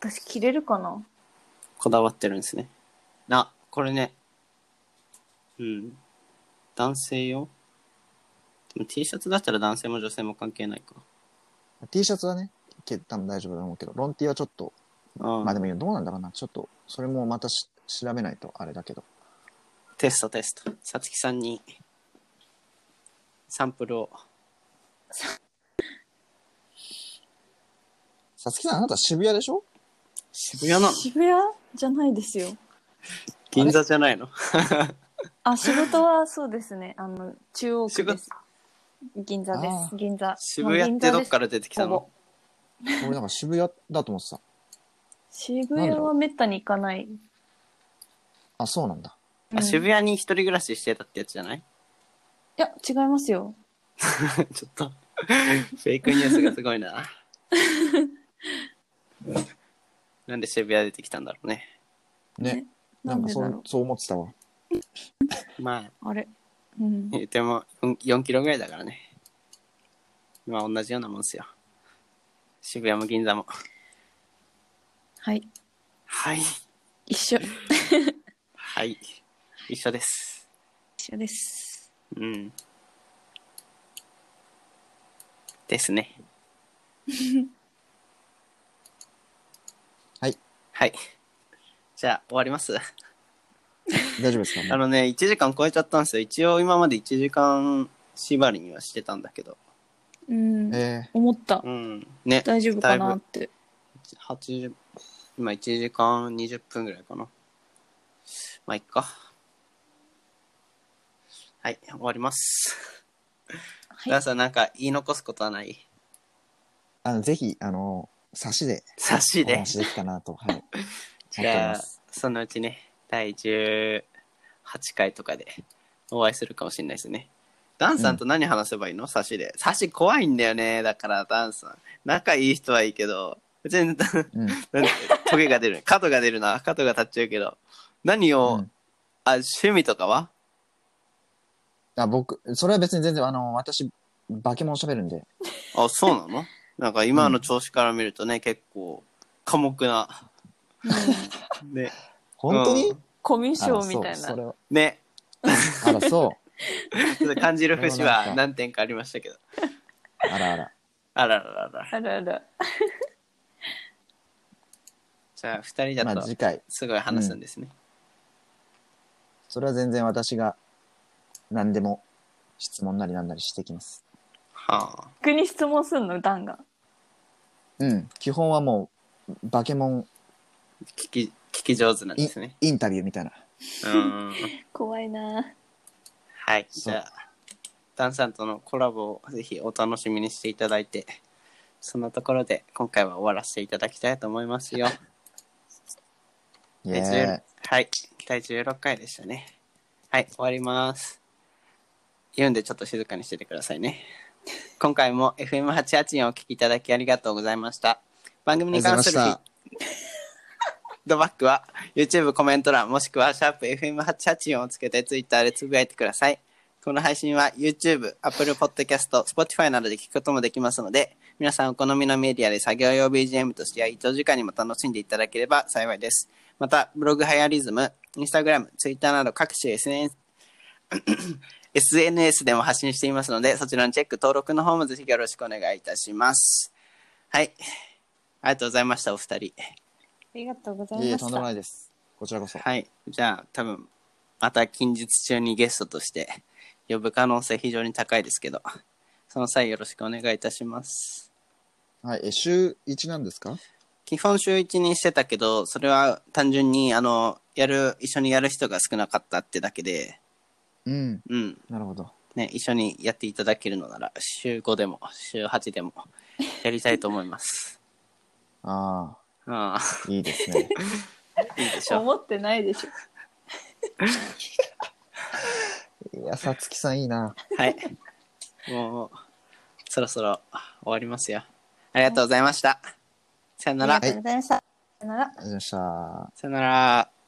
S3: 私、着れるかな
S1: こだわってるんですね。あ、これね。うん。男性用でも T シャツだったら男性も女性も関係ないか。
S4: T シャツはね、け多分大丈夫だと思うけど、ロン T はちょっと、
S1: あ
S4: まあ
S1: あ
S4: でも今どうなんだろうな。ちょっと、それもまたし調べないとあれだけど。
S1: テストテスト。さつきさんにサンプルを。
S4: さつきさん、あなた渋谷でしょ
S1: 渋谷なの
S3: 渋谷じゃないですよ。
S1: 銀座じゃないの
S3: あ、仕事はそうですね。あの、中央区です。銀座で
S4: あ
S3: す。銀座。
S1: 渋谷ってどっから出てきた
S3: ほ
S1: の
S4: 俺なんか渋谷だと思ってた。
S3: 渋谷はめったに行かない。
S4: あ、そうなんだ。
S3: うん
S1: あ渋谷に一人暮らししてたってやつじゃない
S3: いや、違いますよ。
S1: ちょっとフェイクニュースがすごい ななんで渋谷出てきたんだろうね
S4: ね。な
S3: なんん
S4: か
S3: で
S4: そ
S3: だろ
S4: う
S3: う、。
S4: そう思ってたわ。
S1: まあ
S3: あれ。うん。
S1: 言ってもうん4キロぐらいだからねまあ同じようなもんですよ渋谷も銀座も
S3: はい。
S1: はい
S3: 一緒。
S1: はい一緒です
S3: 一緒です。
S1: うんですね
S4: はい
S1: はいじゃあ終わります
S4: 大丈夫ですか
S1: あ
S4: ね
S1: のね1時間超えちゃったんですよ一応今まで1時間縛りにはしてたんだけど
S3: うん。
S4: え
S3: 思った
S1: う。んね
S3: 大丈夫かなって。
S1: 80今1時間20分ぐらいかなまあいっかはい終わります
S3: はい
S1: 皆、さんなんか言い残すことはない
S4: ーあの、ぜひ、あの、差しで
S1: 差し
S4: お
S1: で
S4: 話できたなと、はい。
S1: じ
S4: 思っており
S1: ゃ
S4: ま
S1: あ
S4: す
S1: そのうちね第18回とかでお会いするかもしれないですねダンさんと何話せばいいの、サシで。サシ怖いんだよね。だから、ダンさん。仲いい人はいいけど、別に、
S4: う
S1: なん
S4: ん。
S1: かトゲが出る。角が出るな。角が立っちゃうけど。何を、
S4: うん
S1: あ、趣味とかは
S4: あ、僕、それは別に全然、あの、私、化け物喋るんで。
S1: あ、そうなのなんか今の調子から見るとね、結構、寡黙な。ね。
S4: 本当に、
S1: うん
S3: コミュ障みた
S4: あ
S3: い
S4: そう
S3: な
S4: それ。は
S1: ね。
S4: あら、そう。
S1: ちょっと感じる節
S4: でもなんか
S1: は何点かありましたけど。
S4: あらあら。
S1: あらららら。
S3: あるある。
S1: じゃあ、二人
S4: ま
S1: だ
S4: あ、
S1: と
S4: 次回。
S1: すごい話すんですね。
S4: それは全然私が、何でも、質問なりなんなりしていきます。
S1: はあ。
S3: 逆に質問すんの、ダンが。
S4: うん。基本はもう、化け物
S1: 聞き、聞き上手なんですね。
S4: インタビューみたいな。
S1: うーん。
S3: 怖いな
S1: はい。じゃあ、ダンさんとのコラボをぜひお楽しみにしていただいて、そんなところで今回は終わらせていただきたいと思いますよ。
S4: イ
S1: 第
S4: エ
S1: 10
S4: ーイ。
S1: はい。第16回でしたね。はい、終わります。言うんでちょっと静かにしててくださいね。今回も FM884 をお聞きいただきありがとうございました。番組に関する
S4: ありがと
S1: フィードバックは YouTube コメント欄もしくはシャープ f m 8 8 4をつけて Twitter でつぶやいてください。この配信は YouTube、Apple Podcast、Spotify などで聞くこともできますので、皆さんお好みのメディアで作業用 BGM としてや一時間にも楽しんでいただければ幸いです。また、ブログハイアリズム、インスタグラム、ツイッターなど各種 SNS SNS でも発信していますので、そちらのチェック、登録の方もぜひよろしくお願いいたします。はい。ありがとうございました、お二人。
S3: ありがとうござ
S4: いえ
S3: い
S4: いえ、
S3: ま
S4: とん
S3: し
S4: でも
S3: た。
S4: ないです。こちらこそ。
S1: はい。じゃあ、多分、また近日中にゲストとして呼ぶ可能性非常に高いですけど、その際よろしくお願いいたします。
S4: はい。え、週1なんですか
S1: 基本週1にしてたけど、それは単純に、あの、やる、一緒にやる人が少なかったってだけで、
S4: うん。
S1: うん。
S4: なるほど。
S1: ね、一緒にやっていただけるのなら、週5でも、週8でも、やりたいと思います。
S4: あ
S1: ああ、
S4: あ、いいですね。
S1: いいでしょう。
S3: 思ってないでしょ。
S4: いや、さつきさんいいな。
S1: はい。もう、そろそろ終わりますよ。ありがとうございました。さよなら。
S4: がとう
S3: ございました。さよなら。
S4: ありがとうございました。
S1: さよなら。